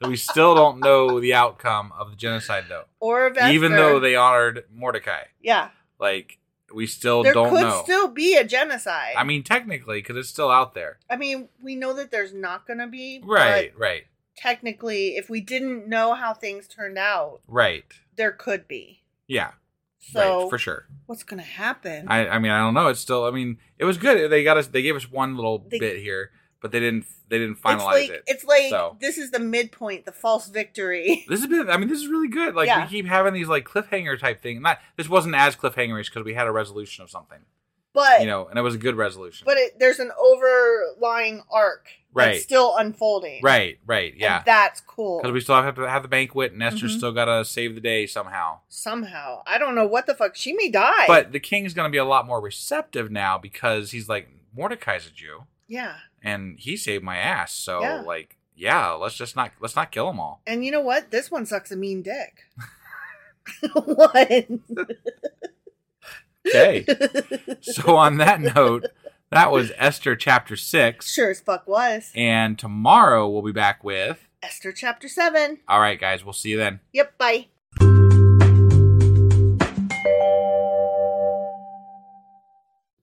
we still don't know the outcome of the genocide, though.
Or of Esther.
Even though they honored Mordecai,
Yeah.
like we still
there
don't
could
know.
still be a genocide.
I mean, technically, because it's still out there.
I mean, we know that there's not going to be. but
Right. Right.
Technically, if we didn't know how things turned out,
Right.
there could be.
Yeah.
So,
right. For sure.
what's going to happen?
I, I mean, I don't know. It's still. I mean, it was good. They got us. They gave us one little
They-
bit here, but they didn't. They didn't
it's
finalize
like,
it.
It's like
So.
this is the midpoint, the false victory.
This has been. I mean, this is really good. Like
Yeah.
we keep having these like cliffhanger type thing. Not this wasn't as cliffhangerish because we had a resolution of something,
But
you know, and it was a good resolution.
but it, there's an overlying arc
Right.
that's still unfolding.
right, right,
And
yeah.
that's cool.
Because we still have to have the banquet, and Esther's
Mhm.
still got to save the day somehow.
Somehow, I don't know what the fuck. She may die.
But the king's going to be a lot more receptive now because he's like Mordecai's a Jew,
yeah,
and he saved my ass. So
Yeah.
like, yeah, let's just not let's not kill them all.
and you know what? This one sucks a mean dick. what?
Okay. so on that note, that was Esther chapter six.
Sure as fuck was.
And tomorrow we'll be back with.
Esther chapter seven.
All right, guys, we'll see you then.
Yep. Bye.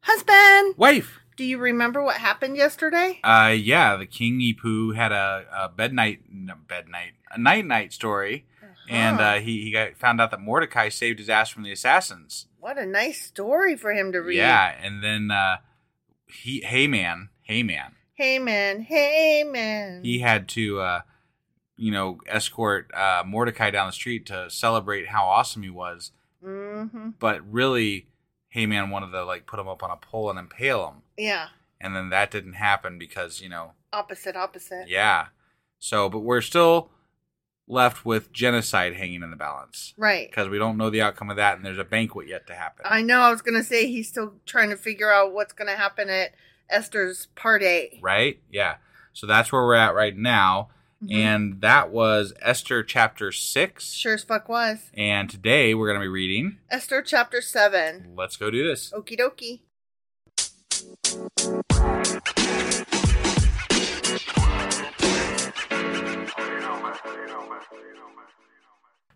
Husband,
Wife.
do you remember what happened yesterday?
Uh, yeah, the King Yipu had a, a bed night, no, bed night, a night night story, and uh, he he got, found out that Mordecai saved his ass from the assassins.
What a nice story for him to read.
Yeah, and then uh, he, hey man, hey man,
Hey man, hey man.
he had to uh, you know escort uh, Mordecai down the street to celebrate how awesome he was,
hmm
but really Heyman wanted to like put him up on a pole and impale him.
Yeah.
And then that didn't happen because, you know,
Opposite, opposite.
yeah. So, but we're still left with genocide hanging in the balance
Right.
because we don't know the outcome of that and there's a banquet yet to happen.
I know I was going to say he's still trying to figure out what's going to happen at Esther's party.
Right? Yeah. So that's where we're at right now.
Mhm.
And that was Esther chapter 6.
Sure as fuck was.
And today we're going to be reading.
Esther chapter 7.
Let's go do this.
Okie dokie.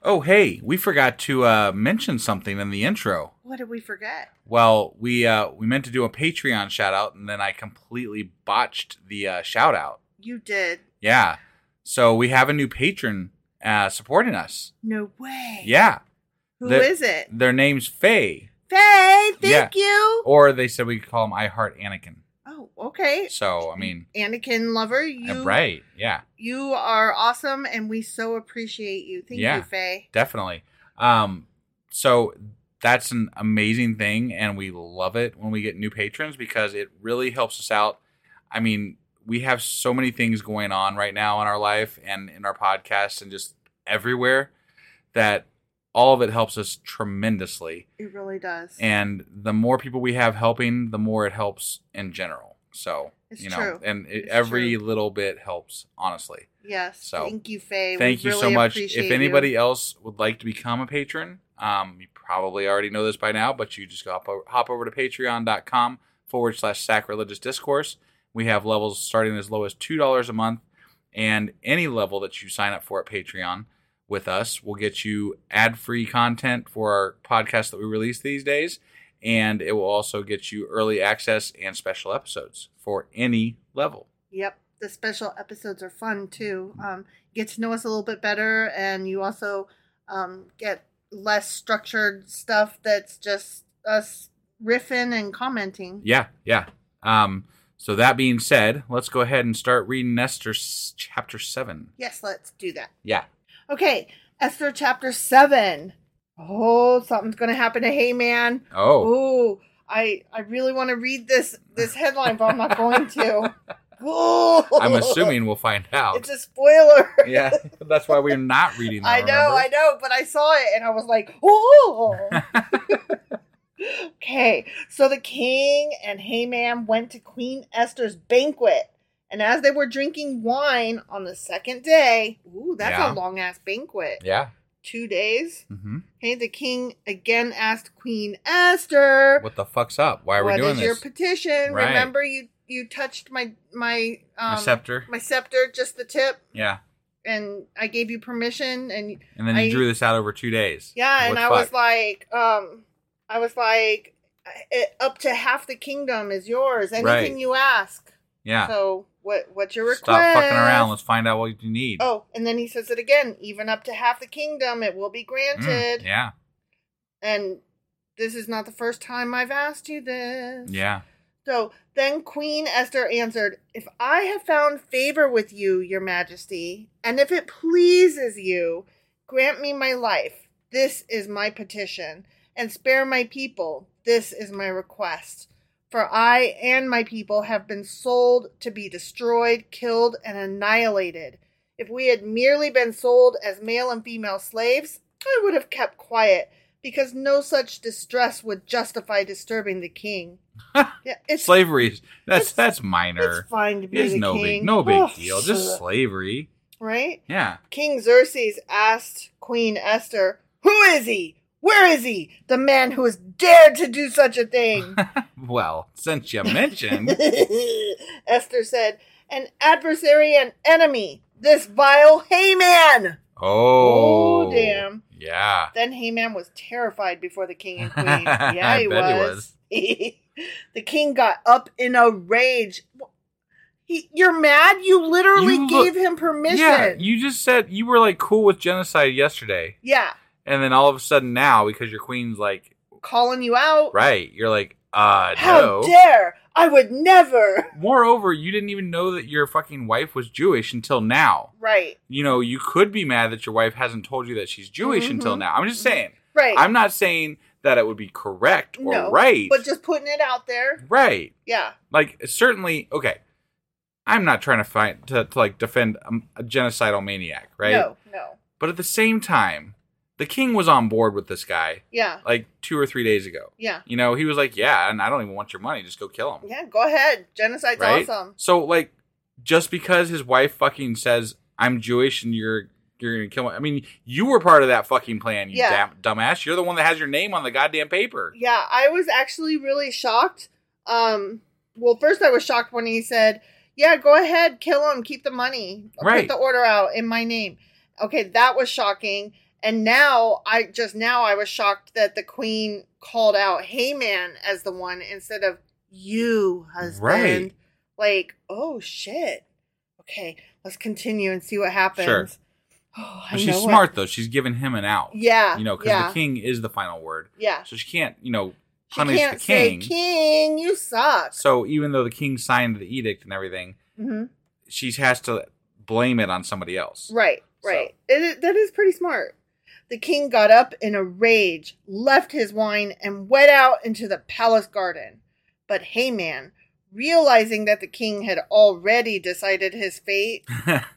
Oh, hey, we forgot to uh, mention something in the intro.
What did we forget?
Well, we uh, we meant to do a Patreon shout out, and then I completely botched the uh, shout out.
You did.
Yeah, so we have a new patron uh, supporting us.
No way.
Yeah.
Who is
the-
it?
Their name's Faye.
Faye,
Yeah. Oh.
thank you.
Or they said we could call him I Heart Anakin.
Oh, okay.
So, I mean,
Anakin lover, you
right. Yeah,
you are awesome and we so appreciate you. Thank
Yeah.
you, Faye.
definitely. Um, so that's an amazing thing. And we love it when we get new patrons because it really helps us out. I mean, we have so many things going on right now in our life and in our podcast and just everywhere that all of it helps us tremendously.
It really does.
and the more people we have helping the more it helps in general so
It's
you know
true.
and it,
It's
every
true.
little bit helps honestly
yes.
so,
thank you, Faye. We
thank you so
really
much
appreciate
if
you.
anybody else would like to become a patron um, you probably already know this by now but you just hop over, hop over to patreon.com forward slash sacrilegious discourse we have levels starting as low as $2 a month and any level that you sign up for at patreon with us will get you ad-free content for our podcast that we release these days and it will also get you early access and special episodes for any level
Yep. The special episodes are fun too. Um, get to know us a little bit better, and you also um, get less structured stuff that's just us riffing and commenting.
Yeah, yeah. Um, so that being said, let's go ahead and start reading Esther s- chapter seven.
Yes, let's do that.
Yeah,
Okay, Esther chapter 7. Oh, something's going to happen to Heyman.
Oh.
Ooh, I I really want to read this this headline, but I'm not going to. Ooh.
I'm assuming we'll find out.
It's a spoiler.
yeah, that's why we're not reading. That,
I know,
remember?
I know, but I saw it and I was like, "Ooh." okay, so the king and Haman went to Queen Esther's banquet, and as they were drinking wine on the second day, ooh, that's
Yeah.
a long ass banquet.
Yeah.
Two days.
hmm
Okay, the king again asked Queen Esther,
What the fuck's up? Why are we
what
doing
is
this?
your petition?
Right.
Remember, you you touched my my um,
My scepter.
my scepter, just the tip."
yeah,
And I gave you permission, and
and then you
I-
drew this out over two days.
yeah, and
What
I
fuck?
was like, um, I was like, it, up to half the kingdom is yours. Anything
Right.
you ask.
yeah.
So what? What's your request?
Stop fucking around. Let's find out what you need.
Oh, and then he says it again. Even up to half the kingdom, it will be
Mm,
granted.
yeah,
And this is not the first time I've asked you this.
yeah.
So then Queen Esther answered, If I have found favor with you, your majesty, and if it pleases you, grant me my life. This is my petition. And spare my people. This is my request. For I and my people have been sold to be destroyed, killed, and annihilated. If we had merely been sold as male and female slaves, I would have kept quiet, because no such distress would justify disturbing the king. yeah, it's
Slavery. That's
it's-
that's minor.
it's fine to be
It's
the
no
king.
big no big
Ugh.
deal. Just slavery.
right.
Yeah.
King Xerxes asked Queen Esther, "Who is he? Where is he? The man who has dared to do such a thing."
Well, since you mentioned.
Esther said, "An adversary and enemy. This vile Haman."
Oh,
Oh, damn.
Yeah.
Then Haman was terrified before the king and queen. Yeah,
I
he
bet he
was. the king got up in a rage. He, you're mad? You literally
You look-
gave him permission.
Yeah, you just said you were like cool with genocide yesterday,
yeah,
and then all of a sudden now because your queen's like
calling you out.
right, you're like uh
How
no.
dare! I would never.
Moreover, you didn't even know that your fucking wife was Jewish until now.
Right,
You know, you could be mad that your wife hasn't told you that she's Jewish
Mm-hmm.
until now. I'm just saying.
right.
I'm not saying that it would be correct or
no,
right.
but just putting it out there.
right.
Yeah,
like certainly okay i'm not trying to fight to, to like defend um, a genocidal maniac right
No, no.
but at the same time the king was on board with this guy
Yeah,
like two or three days ago
yeah,
you know he was like yeah and i don't even want your money just go kill him
yeah. Go ahead. Genocide's
right
awesome.
so like just because his wife fucking says i'm jewish and you're you're gonna kill me i mean you were part of that fucking plan you
Yeah.
damn, dumbass you're the one that has your name on the goddamn paper
Yeah, I was actually really shocked. Um, well, first I was shocked when he said, "Yeah, go ahead, kill him, keep the money,
Right.
put the order out in my name." Okay, that was shocking. And now I just now I was shocked that the queen called out Heyman as the one instead of you, husband.
Right.
Like, oh shit. Okay, let's continue and see what happens.
Sure.
Oh, I
But she's
know it.
smart though. She's giving him an out.
Yeah.
You know, because
yeah.
the king is the final word.
Yeah.
So she can't, you know,
She
punish
can't
the king.
say, King, you suck.
So even though the king signed the edict and everything,
hmm
she has to blame it on somebody else.
Right,
So-
right. It is that is pretty smart. The king got up in a rage, left his wine, and went out into the palace garden. But Hayman, realizing that the king had already decided his fate,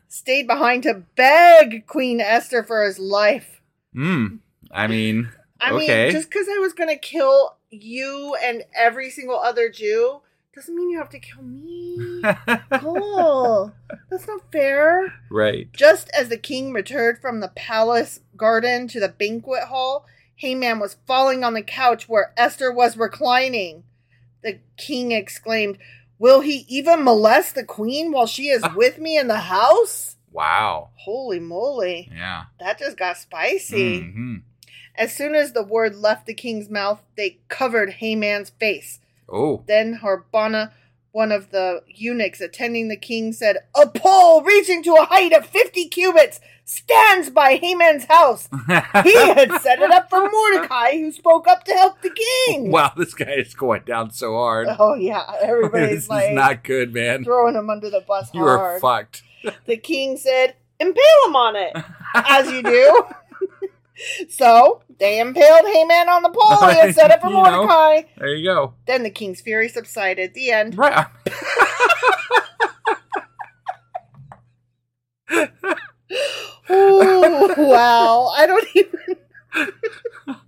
stayed behind to beg Queen Esther for his life.
Mm. I mean,
I
Okay.
mean, just because I was going to kill you and every single other Jew doesn't mean you have to kill me. cool. That's not fair.
right.
Just as the king returned from the palace garden to the banquet hall, Haman was falling on the couch where Esther was reclining. The king exclaimed, Will he even molest the queen while she is with me in the house?
Wow.
Holy moly,
Yeah.
that just got spicy.
Mhm.
As soon as the word left the king's mouth, they covered Haman's face.
Oh.
Then Harbana, one of the eunuchs attending the king, said, A pole reaching to a height of 50 cubits stands by Haman's house. He had set it up for Mordecai, who spoke up to help the king.
wow, this guy is going down so hard.
Oh, yeah.
this
Everybody's
is
like
not good, man.
throwing him under the bus
You are
hard.
fucked.
the king said, Impale him on it, as you do. so they impaled Haman on the pole he had set up for
You know.
Mordecai.
There you go.
Then the king's fury subsided. The end.
Right.
Oh wow! I don't even.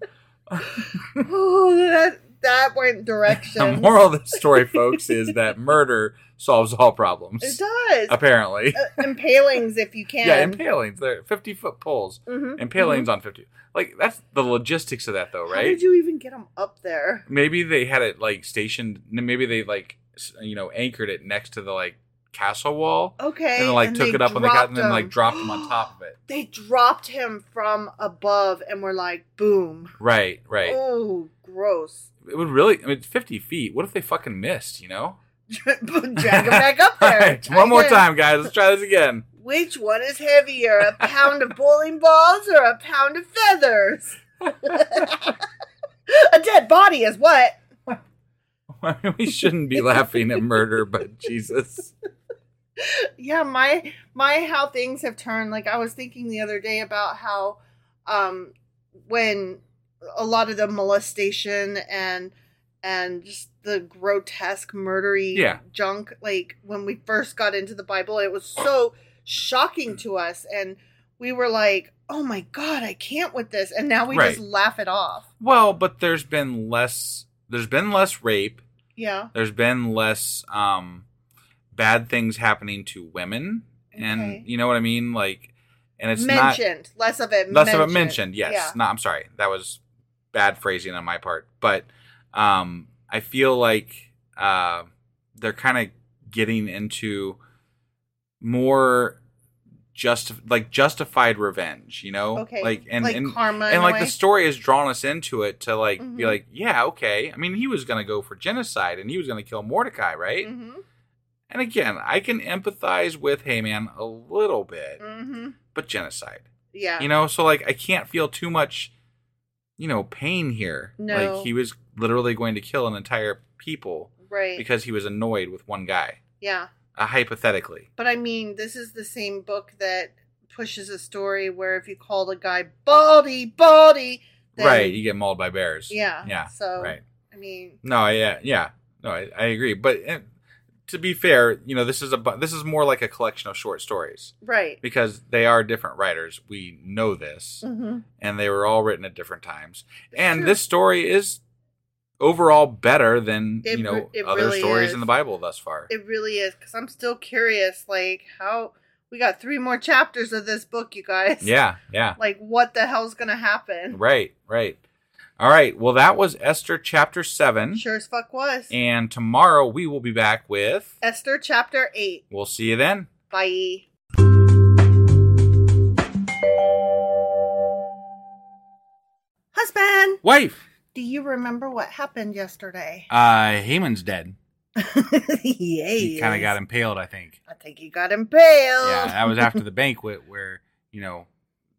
oh, that that went direction.
The moral of the story, folks, is that murder solves all problems.
It does.
Apparently.
Uh, impalings, if you can.
yeah, impalings. They're 50 foot poles.
Mhm,
Impalings on 50. Like, that's the logistics of that, though,
mhm.
right?
How did you even get them up there?
maybe they had it, like, stationed. Maybe they, like, s- you know, anchored it next to the, like, castle wall.
Okay.
and then, like, took
they
it up on the cat
dropped
and then, like,
him.
dropped him on top of it.
They dropped him from above and were like, boom.
Right, right.
Oh, gross.
It would really, I mean, 50 feet. What if they fucking missed, you know?
Drag him back up
All
there.
right,
Drag
one more
him.
time, guys. Let's try this again.
Which one is heavier, a pound of bowling balls or a pound of feathers? a dead body is what?
we shouldn't be laughing at murder, but Jesus.
Yeah, my my how things have turned. Like I was thinking the other day about how um when a lot of the molestation and and just the grotesque murdery
Yeah.
junk like when we first got into the Bible, it was so shocking to us and we were like, "Oh my god, I can't with this." And now we just
Right.
laugh it off.
Well, but there's been less. There's been less rape.
Yeah.
There's been less um, bad things happening to women, and
Okay.
you know what I mean. Like, and it's
mentioned. less of it
not less
mentioned.
of it mentioned. Yes.
Yeah.
No, I'm sorry. That was bad phrasing on my part. But um, I feel like uh, they're kind of getting into more just like justified revenge. You know,
Okay.
like and
like
and
karma in
and
a
like
way.
the story has drawn us into it to like be
Mhm.
like yeah okay i mean he was gonna go for genocide and he was gonna kill mordecai right
Mhm,
and again i can empathize with heyman a little bit
mhm.
but genocide
Yeah.
you know so like i can't feel too much you know pain here
No.
like he was literally going to kill an entire people
right.
because he was annoyed with one guy
yeah.
uh, hypothetically
But I mean, this is the same book that pushes a story where if you call a guy baldy, baldy, then,
right you get mauled by bears
Yeah.
yeah
So
right
I mean,
No, yeah, yeah, no, I, I agree. But eh, to be fair, you know, this is a bu- this is more like a collection of short stories
right.
because they are different writers. We know this,
Mhm.
and they were all written at different times.
It's
And
true.
this story is overall better than
It
you know
re- it
other
really
stories
is.
in the Bible thus far.
It really is because I'm still curious, like how we got three more chapters of this book, you guys.
yeah, yeah,
Like what the hell's gonna happen?
right, right. All right. Well, that was Esther chapter seven,
Sure as fuck was.
and tomorrow we will be back with.
Esther chapter eight.
We'll see you then.
Bye. Husband,
Wife,
do you remember what happened yesterday?
uh, Haman's dead.
yeah.
He kind of got impaled, I think.
I think he got impaled.
Yeah, that was after the banquet where you know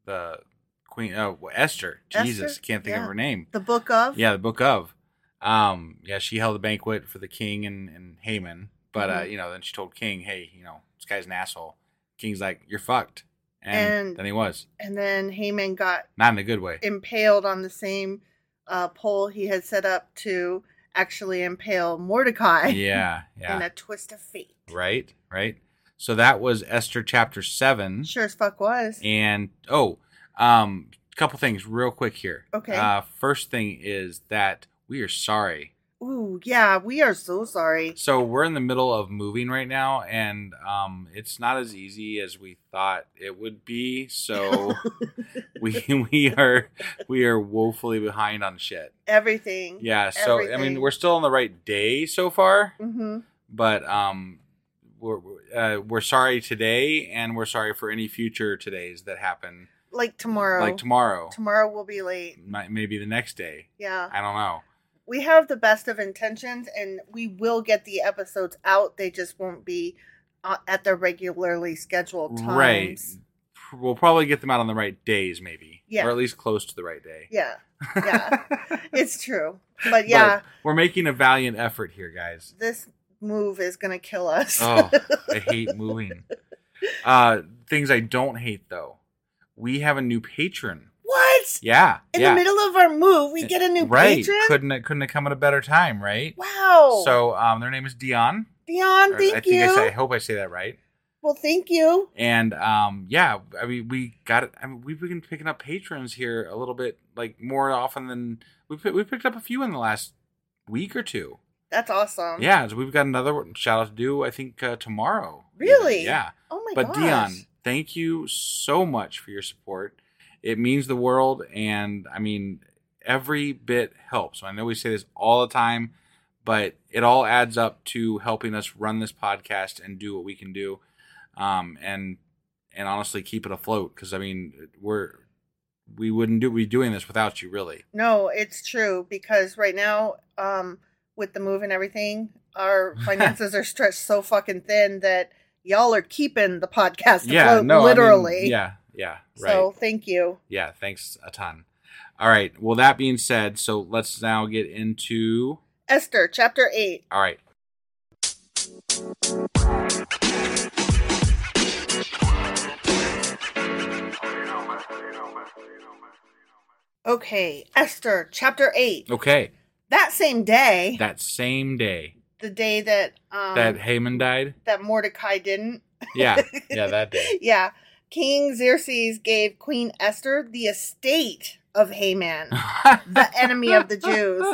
the Queen oh, Esther.
Esther?
Jesus, can't think
Yeah.
of her name.
The book of
Yeah, the book of. Um, yeah, she held a banquet for the king and, and Haman. But
Mm-hmm.
uh, you know, then she told King, Hey, you know, this guy's an asshole. King's like, You're fucked. And,
And-
then he was.
and then Haman got
Not in a good way.
impaled on the same uh, pole he had set up to actually impale Mordecai
yeah,
in
yeah.
a twist of fate.
Right, right. So that was Esther chapter seven.
Sure as fuck was.
And oh, um, couple things real quick here.
Okay.
Uh, first thing is that we are sorry.
Ooh, yeah, we are so sorry.
So we're in the middle of moving right now, and um, it's not as easy as we thought it would be. So we we are we are woefully behind on shit.
Everything.
Yeah. So I mean, we're still on the right day so far,
Mm-hmm.
but um, we're uh, we're sorry today, and we're sorry for any future todays that happen,
Like tomorrow.
like tomorrow,
Tomorrow will be late.
might maybe the next day.
Yeah.
I don't know.
We have the best of intentions and we will get the episodes out. They just won't be uh, at their regularly scheduled times.
Right. We'll probably get them out on the right days, maybe,
Yeah.
or at least close to the right day.
Yeah. Yeah. it's true. But yeah,
But we're making a valiant effort here, guys.
this move is going to kill us.
Oh, I hate moving. Uh, things I don't hate though. We have a new patron.
what?
Yeah,
In
yeah. Eh,
the middle of our move, we get a new
right.
patron?
Couldn't it couldn't have come at a better time, right?
wow.
So, um, their name is Dion.
Dion,
Or
thank
I think
you.
I, say, I hope I say that right.
well, thank you.
And um, yeah, I mean, we got it. I mean, we've been picking up patrons here a little bit, like more often than we pi- we picked up a few in the last week or two.
That's awesome.
yeah, so we've got another one- shout out to do. I think uh, tomorrow.
Really?
Yeah.
Oh my
but
gosh.
Dion, thank you so much for your support. It means the world, and I mean every bit helps. I know we say this all the time, but it all adds up to helping us run this podcast and do what we can do, um, and and honestly keep it afloat. Because I mean, we're we wouldn't do be doing this without you, really.
No, it's true because right now, um, with the move and everything, our finances are stretched so fucking thin that y'all are keeping the podcast afloat,
I mean,
literally.
yeah, yeah, right.
So thank you.
Yeah, thanks a ton. All right. Well, that being said, so let's now get into.
Esther, chapter 8.
All right.
Okay, Esther, chapter 8.
Okay.
That same day,
Oh. That same day
the day that um,
that Haman died.
that Mordecai didn't.
Yeah. Yeah, that day.
Yeah. King Xerxes gave Queen Esther the estate of Haman, the enemy of the Jews.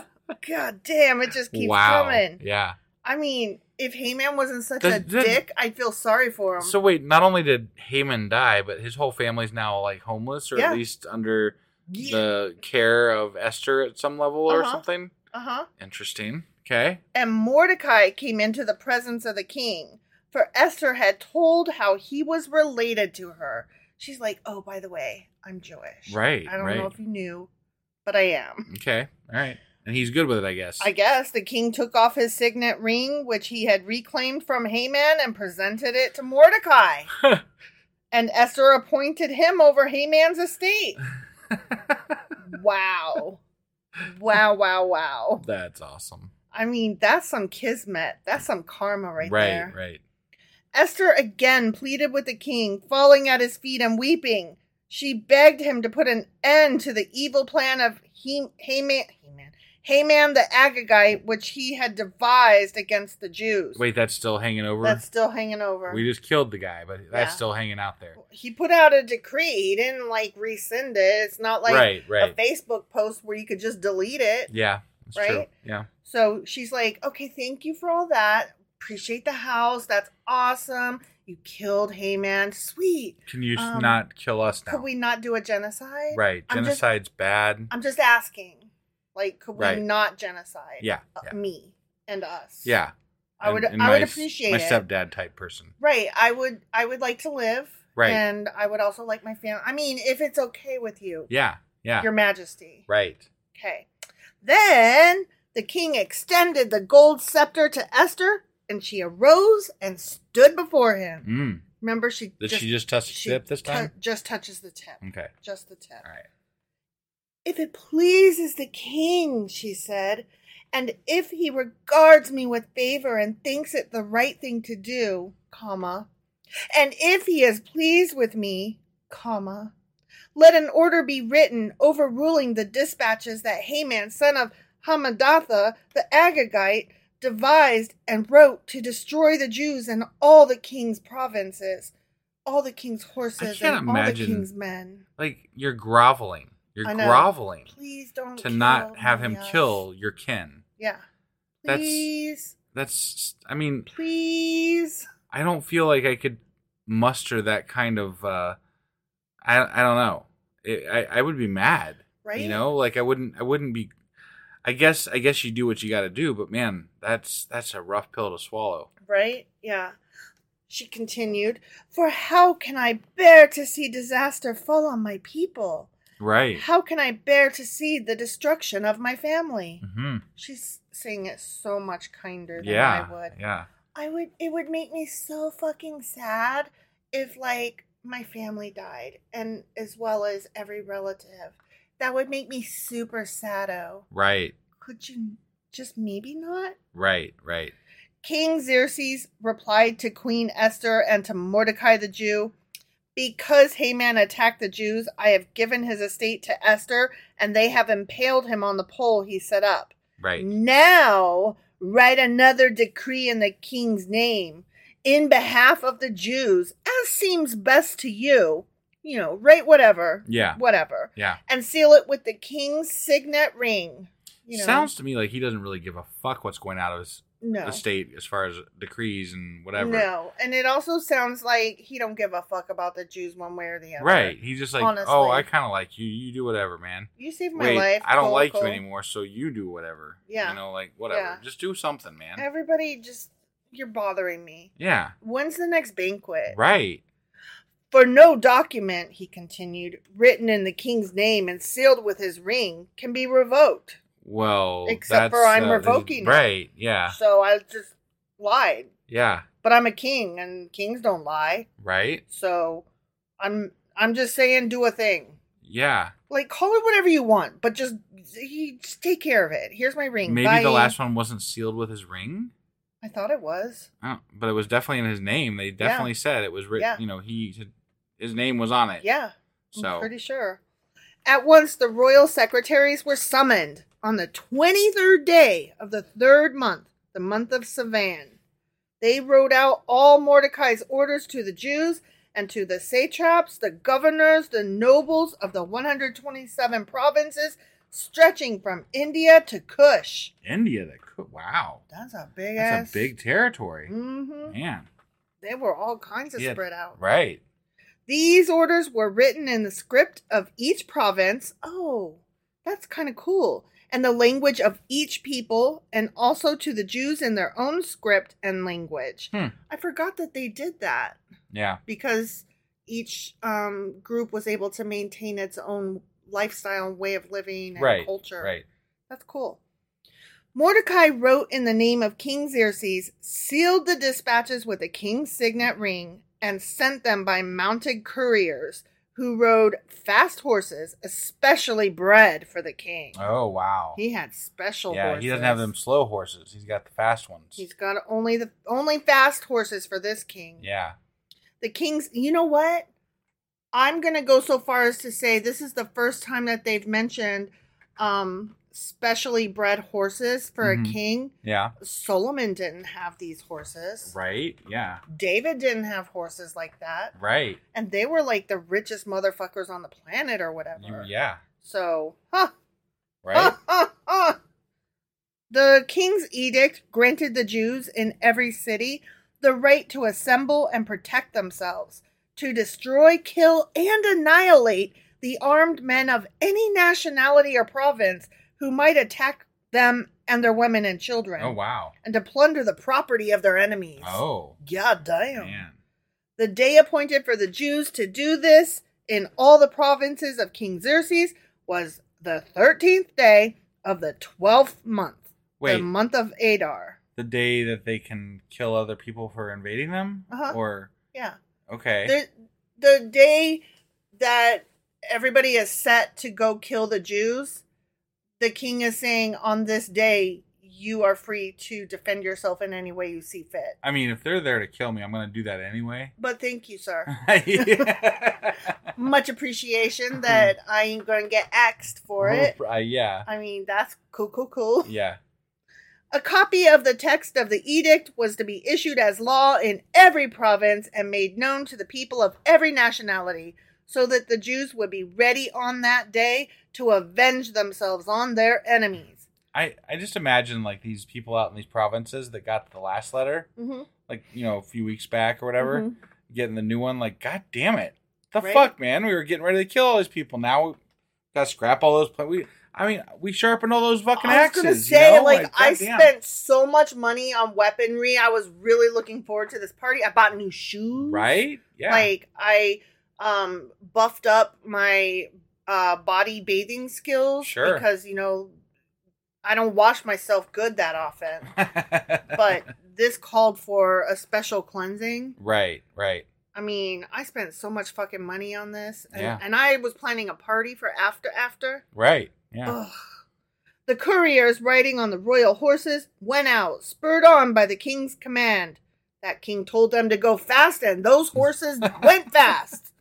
God damn, it just keeps
wow.
coming.
Yeah.
I mean, if Heyman wasn't such
Does-
a
does-
dick, I'd feel sorry for him.
So wait, not only did Haman die, but his whole family's now like homeless or
Yeah.
at least under
Yeah.
the care of Esther at some level or
Uh-huh.
something.
uh huh.
Interesting. Okay.
And Mordecai came into the presence of the king, for Esther had told how he was related to her. She's like, "Oh, by the way, I'm Jewish.
Right,
I don't know
right.
if you knew, but I am."
Okay. All right. And he's good with it, I guess.
I guess the king took off his signet ring, which he had reclaimed from Haman, and presented it to Mordecai. and Esther appointed him over Haman's estate. wow. Wow, wow, wow.
That's awesome.
I mean, that's some kismet. That's some karma right, there.
Right. right.
Esther again pleaded with the king, falling at his feet and weeping. She begged him to put an end to the evil plan of he- Haman, Haman, Haman the Agagite, which he had devised against the Jews.
Wait, that's still hanging over.
that's still hanging over.
we just killed the guy, but that's
Yeah.
still hanging out there.
he put out a decree. He didn't like rescind it. It's not like
Right, right.
a Facebook post where you could just delete it.
Yeah, that's true.
Right?
Yeah,
So she's like, okay, thank you for all that. Appreciate the house. That's awesome. You killed Haman. Sweet.
can you just
Um,
not kill us now?
Could we not do a genocide?
right,
I'm just-
genocide's bad.
I'm just asking. Like, could we
Right.
not genocide?
Yeah,
uh,
yeah.
Me and us.
yeah,
I would- I
my
would
s-
appreciate
my
it.
stepdad type person.
Right. I would. I would like to live.
Right.
And I would also like my family. I mean, if it's okay with you,
Yeah, yeah,
Your Majesty.
right.
Okay. Then the king extended the gold scepter to Esther, and she arose and stood before him.
Mm.
Remember, she
Did she just touch the tip this
tou-
time?
just touches the tip.
Okay.
Just the tip.
All right.
If it pleases the king, she said, and if he regards me with favor and thinks it the right thing to do, comma, and if he is pleased with me, comma, let an order be written overruling the dispatches that Haman, son of Hamadatha the Agagite, devised and wrote to destroy the Jews and all the king's provinces, all the king's horses,
can't
and
imagine-
all the king's men.
Like you're groveling. You're
I know.
groveling
Please don't
to not
kill
have him
Mamiya.
kill your kin.
Yeah.
That's-
Please,
That's. I mean,
please.
I don't feel like I could muster that kind of. uh I I don't know. It, I I would be mad.
Right?
You know, like I wouldn't. I wouldn't be. I guess. I guess you do what you got to do. But man, that's that's a rough pill to swallow.
Right? Yeah. She continued, For how can I bear to see disaster fall on my people?
Right.
How can I bear to see the destruction of my family?
Mm-hmm.
She's saying it so much kinder than
Yeah.
I would.
Yeah.
I would it would make me so fucking sad if like my family died and as well as every relative. That would make me super saddo.
Right.
Could you just maybe not?
Right. Right.
King Xerxes replied to Queen Esther and to Mordecai the Jew Because Haman attacked the Jews, I have given his estate to Esther, and they have impaled him on the pole he set up.
Right.
Now write another decree in the king's name in behalf of the Jews, as seems best to you. You know, write whatever.
Yeah.
Whatever.
Yeah.
And seal it with the king's signet ring. You know,
Sounds to me like he doesn't really give a fuck what's going out of his
no.
estate as far as decrees and whatever.
No, and it also sounds like he don't give a fuck about the Jews one way or the other.
Right. He's just like, oh,
Honestly.
I kind of like you. You do whatever, man.
You saved my
Wait,
life.
I don't
cool,
like
cool.
you anymore, so you do whatever.
Yeah.
You know, like whatever.
Yeah.
Just do something, man.
Everybody, just you're bothering me.
yeah.
When's the next banquet?
Right.
For no document, he continued, written in the king's name and sealed with his ring, can be revoked.
Well,
Except for
that's,
I'm
uh,
revoking it.
Right. Yeah.
So I just lied,
Yeah.
but I'm a king, and kings don't lie.
Right.
So I'm I'm just saying, do a thing.
Yeah.
Like call it whatever you want, but just, you- just take care of it. Here's my ring.
Maybe
Bye.
the last one wasn't sealed with his ring.
I thought it was.
Oh, but it was definitely in his name. They definitely said it was written.
Yeah.
You know, he his name was on it.
Yeah,
So
I'm pretty sure. At once, the royal secretaries were summoned on the 23rd day of the third month, the month of Sivan. They wrote out all Mordecai's orders to the Jews and to the satraps, the governors, the nobles of the 127 provinces stretching from India to Kush.
India, that could, wow,
That's a big
that's
ass.
a big territory.
hmm
Man,
They were all kinds of
Yeah,
spread out.
right?
These orders were written in the script of each province. Oh, that's kind of cool. And the language of each people, and also to the Jews in their own script and language.
Hmm.
I forgot that they did that
Yeah,
because each um, group was able to maintain its own lifestyle and way of living and
right.
culture.
Right.
That's cool. Mordecai wrote in the name of King Xerxes, sealed the dispatches with the king's signet ring, and sent them by mounted couriers who rode fast horses, especially bred for the king.
Oh wow.
He had special
yeah,
horses.
he doesn't have them slow horses. He's got the fast ones.
He's got only the only fast horses for this king.
yeah.
The king's you know what? I'm gonna go so far as to say this is the first time that they've mentioned um specially bred horses for
Mhm.
a king.
Yeah.
Solomon didn't have these horses.
Right. Yeah.
David didn't have horses like that.
Right.
And they were like the richest motherfuckers on the planet or
You,
whatever. Ah,
yeah.
So, huh.
Right.
huh, huh, huh. The king's edict granted the Jews in every city the right to assemble and protect themselves, to destroy, kill, and annihilate the armed men of any nationality or province who might attack them and their women and children
oh wow.
and to plunder the property of their enemies.
Oh
God damn.
man.
The day appointed for the Jews to do this in all the provinces of King Xerxes was the 13th day of the 12th month,
Wait,
the month of Adar.
the day that they can kill other people for invading them,
Uh-huh.
or
Yeah.
Okay.
the the day that everybody is set to go kill the Jews, the king is saying, "On this day, you are free to defend yourself in any way you see fit."
I mean, if they're there to kill me, I'm going to do that anyway.
But thank you, sir.
yeah.
Much
Hmm.
appreciation that I ain't gonna get axed for it.
Uh, yeah.
I mean, that's cool, cool, cool.
Yeah.
A copy of the text of the edict was to be issued as law in every province and made known to the people of every nationality, so that the Jews would be ready on that day to avenge themselves on their enemies.
I, I just imagine like these people out in these provinces that got the last letter,
Mm-hmm.
like, you know, a few weeks back or whatever, getting the new one. Like, God damn it. The
Right.
fuck, man. We were getting ready to kill all these people. Now we got to scrap all those. Pla- we, I mean, we sharpened all those fucking
I was
axes.
gonna say,
you know?
like, I
goddamn.
spent so much money on weaponry. I was really looking forward to this party. I bought new shoes.
Right? Yeah.
Like I um buffed up my uh body bathing skills
Sure.
because you know I don't wash myself good that often. But this called for a special cleansing.
Right, right.
I mean, I spent so much fucking money on this and,
Yeah.
and I was planning a party for after after.
Right. Yeah.
Ugh. The couriers riding on the royal horses went out, spurred on by the king's command. That king told them to go fast, and those horses went fast.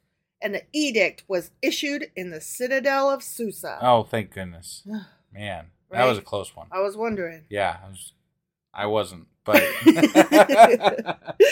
And the edict was issued in the citadel of Susa.
Oh, thank goodness. Man, that was a
Right.
close one.
I was wondering.
Yeah, I, was, I wasn't, but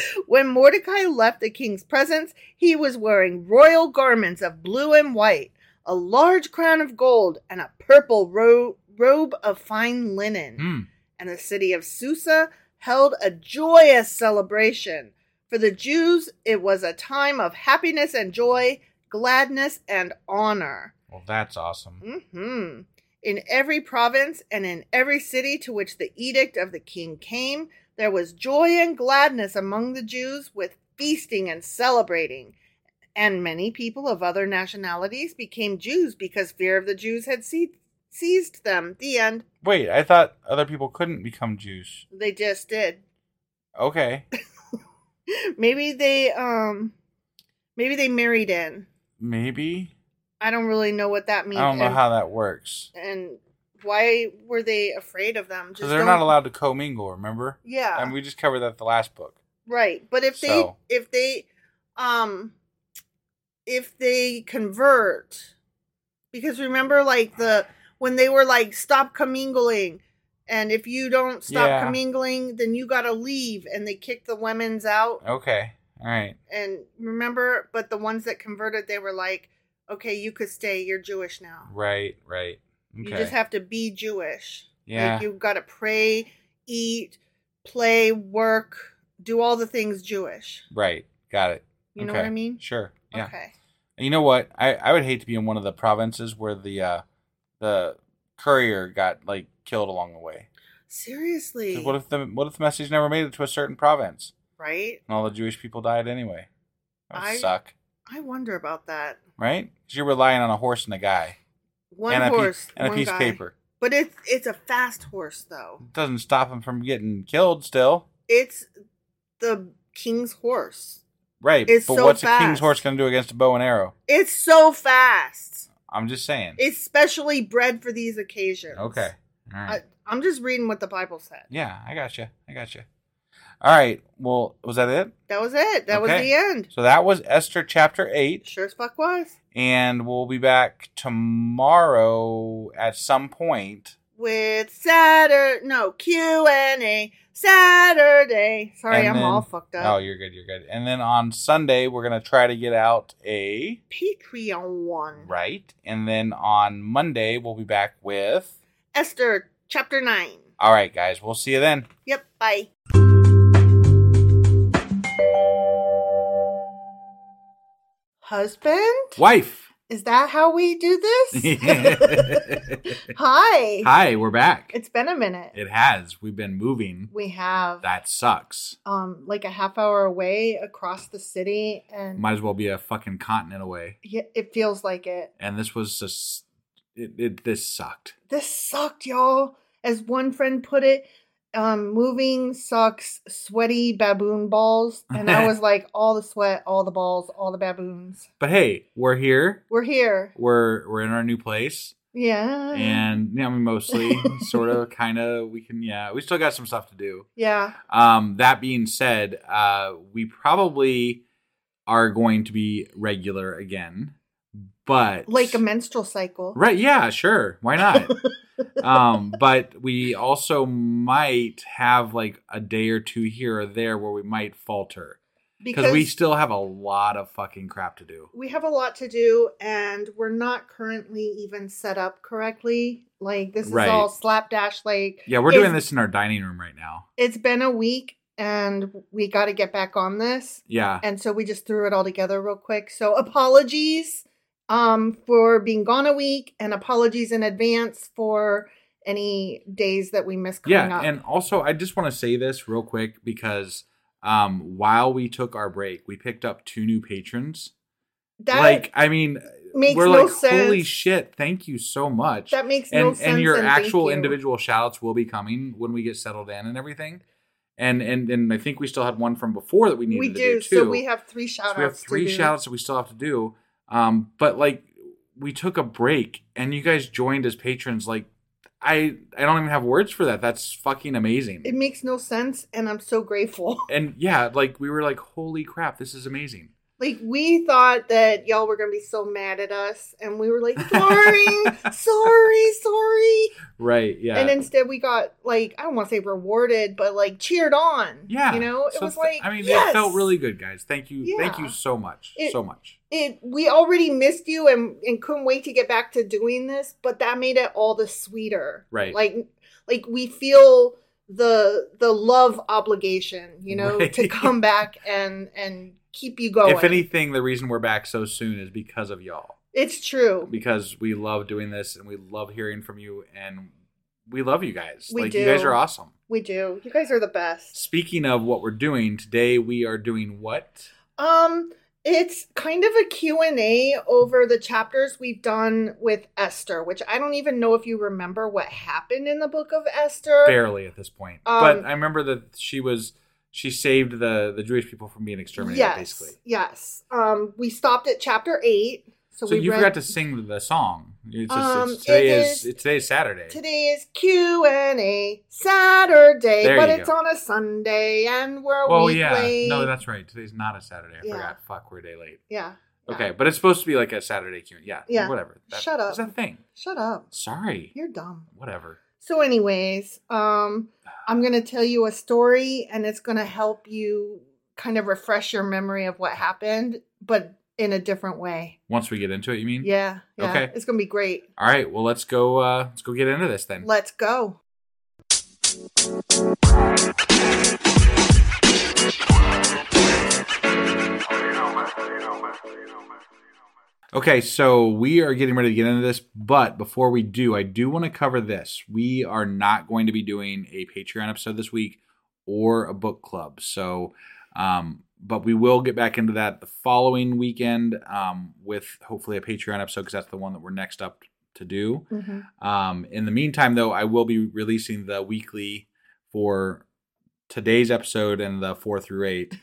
when Mordecai left the king's presence, he was wearing royal garments of blue and white, a large crown of gold, and a purple ro- robe of fine linen.
Hmm.
and the city of Susa held a joyous celebration. For the Jews, it was a time of happiness and joy, gladness and honor.
well, that's awesome.
hmm In every province and in every city to which the edict of the king came, there was joy and gladness among the Jews with feasting and celebrating. And many people of other nationalities became Jews because fear of the Jews had se- seized them. The end.
Wait, I thought other people couldn't become Jews.
They just did.
Okay,
maybe they um maybe they married in
maybe.
i don't really know what that
I
means
don't know
and,
how that works.
and why were they afraid of them
Because they're
don't-
not allowed to commingle. Remember?
yeah
And we just covered that the last book.
right but if they
So.
if they um if they convert because remember like the when they were like stop commingling and if you don't stop
Yeah.
commingling then you gotta leave and they kicked the women's out
Okay. All right.
and remember but the ones that converted they were like okay you could stay you're jewish now
Right. Right. Okay.
you just have to be jewish
yeah.
like you got to pray eat play work do all the things jewish
right. Got it.
You know what I mean?
Sure. Yeah.
okay
And you know what? I, I would hate to be in one of the provinces where the uh, the courier got like killed along the way. 'Cause
seriously
What if the what if the message never made it to a certain province
right
and all the Jewish people died anyway? That would
I-
suck,
i wonder about that
right? Because you're relying on a horse and a guy
one
and a,
horse
piece, and a
one
piece
guy.
of paper.
but it's it's a fast horse though
It doesn't stop him from getting killed. Still,
it's the king's horse
right?
It's
but
so
what's a king's
fast.
horse going to do against a bow and arrow?
it's so fast
I'm just saying.
it's specially bred for these occasions
okay. All right.
I, I'm just reading what the Bible said.
yeah, I got you. I got you. All right. Well, was that it?
That was it. That was
Okay.
the end.
So that was Esther chapter eight.
Sure as fuck was.
and we'll be back tomorrow at some point.
With Saturday, no Q and A Saturday. Sorry,
And
I'm
then-
all fucked
Oh,
up.
you're good. You're good. And then on Sunday, we're gonna try to get out a
Patreon one.
right, and then on Monday we'll be back with.
Esther chapter nine.
All right, guys. We'll see you then.
Yep. Bye. Husband,
Wife.
is that how we do this?
Hi,
Hi.
we're back.
It's been a minute.
It has. We've been moving.
we have.
That sucks.
um like a half hour away across the city and
Might as well be a fucking continent away.
yeah, it feels like it
And this was just. It, it, this sucked.
this sucked y'all as one friend put it um, moving sucks, sweaty baboon balls. And I was like, all the sweat, all the balls, all the baboons.
But hey, we're here.
We're here.
We're we're in our new place,
Yeah.
and yeah, I mean, mostly, sort of, kind of, we can. Yeah, we still got some stuff to do.
yeah.
Um, that being said, uh, we probably are going to be regular again, but
Like a menstrual cycle.
right? Yeah, sure. Why not? um, but we also might have like a day or two here or there where we might falter because
Because
we still have a lot of fucking crap to do.
we have a lot to do and we're not currently even set up correctly. Like this is
Right.
all slapdash like
Yeah, we're
it's-
doing this in our dining room right now.
it's been a week and we got to get back on this.
Yeah.
And so we just threw it all together real quick. So apologies um for being gone a week and apologies in advance for any days that we miss coming
yeah
up.
and also i just want to say this real quick because um while we took our break we picked up two new patrons
that
like i mean
makes
we're
no
like holy
sense.
shit thank you so much
that makes
and
no
and
sense.
your
thank
actual
you.
individual shout outs will be coming when we get settled in and everything and and and i think we still had one from before that we needed
we
to
do,
do too
so we have three shout
So
outs.
we have three
to do.
shout outs that we still have to do um but like we took a break and you guys joined as patrons like i i don't even have words for that that's fucking amazing
It makes no sense and I'm so grateful.
and yeah, like we were like, holy crap, this is amazing.
Like we thought that y'all were gonna be so mad at us, and we were like, sorry, sorry, sorry.
Right. Yeah.
And instead, we got like I don't want to say rewarded, but like cheered on.
yeah.
you know, it
So
was
th-
like
I mean,
yes!
it felt really good, guys. Thank you. Thank
Yeah.
you so much.
It-
so much.
It we already missed you and and couldn't wait to get back to doing this, but that made it all the sweeter.
Right.
Like like we feel the the love obligation, you know,
Right.
to come back and and keep you going.
If anything, the reason we're back so soon is because of y'all.
it's true.
Because we love doing this and we love hearing from you and we love you guys.
We
like you guys
do.
are awesome.
We do. You guys are the best.
Speaking of what we're doing today, we are doing what?
Um, it's kind of a Q&A over the chapters we've done with Esther, which I don't even know if you remember what happened in the book of Esther.
Barely at this point,
Er, Um,
but I remember that she was she saved the the Jewish people from being exterminated,
yes.
basically.
Yes. Um, we stopped at chapter 8. So,
So,
we
you
read,
forgot to sing the song. It's just,
Um,
it's, today
it
is,
is-
it's today's Saturday.
Today is Q&A Saturday,
There
but
you
it's
go.
on a Sunday and we're a
well,
week
Oh, yeah,
late.
no, that's right. Today's not a Saturday. I
Yeah.
forgot. Fuck, we're a day late.
Yeah. yeah.
Okay, but it's supposed to be like a Saturday Q. Yeah,
Yeah.
Whatever.
Shut up.
It's a thing.
Shut up.
Sorry.
You're dumb.
Whatever.
So, anyways, um, I'm going to tell you a story and it's going to help you kind of refresh your memory of what happened, but in a different way.
Once we get into it, you mean?
Yeah. yeah.
Mm. Okay.
It's going to be great.
All right. Well, let's go. Uh, let's go get into this then.
Let's go.
Okay, so we are getting ready to get into this, but before we do, I do want to cover this. We are not going to be doing a Patreon episode this week or a book club. So, um, but we will get back into that the following weekend um, with hopefully a Patreon episode because that's the one that we're next up to do.
Mhm.
Um, in the meantime, though, I will be releasing the weekly for today's episode and the four through eight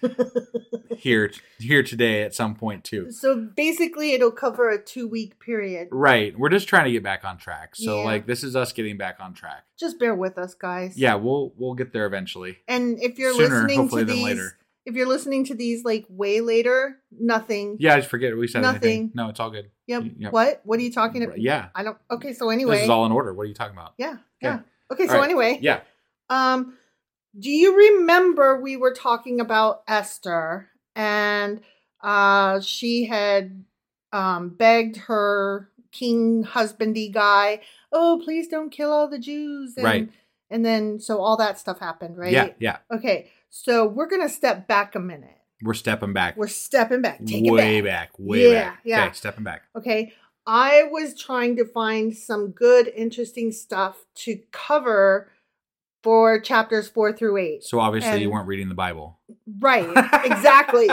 here here today at some point too.
So, basically, it'll cover a two week period.
Right. We're just trying to get back on track. So
Yeah.
like this is us getting back on track.
Just bear with us, guys.
Yeah, we'll we'll get there eventually.
And if you're
Sooner,
listening
hopefully,
to
than
these,
later.
if you're listening to these like way later, nothing.
Yeah, I just forget we said anything.
Nothing.
No, it's all good.
Yep.
Y- yep.
What? What are you talking
Right,
about?
yeah.
I don't. Okay. So, anyway.
This is all in order. What are you talking about?
Yeah. Yeah.
Okay.
Okay. so,
All right.
anyway.
Yeah.
Um, do you remember we were talking about Esther and uh, she had um, begged her king husbandy guy, oh, please don't kill all the Jews. And,
Right.
And then, so all that stuff happened, right?
Yeah. Yeah.
Okay. So we're going to step back a minute.
We're stepping back.
We're stepping back. Take it
way
back.
back. Way
Yeah,
back.
yeah.
Okay, stepping back.
Okay. I was trying to find some good, interesting stuff to cover for chapters four through eight.
So obviously you
And-
weren't reading the Bible.
Right, exactly.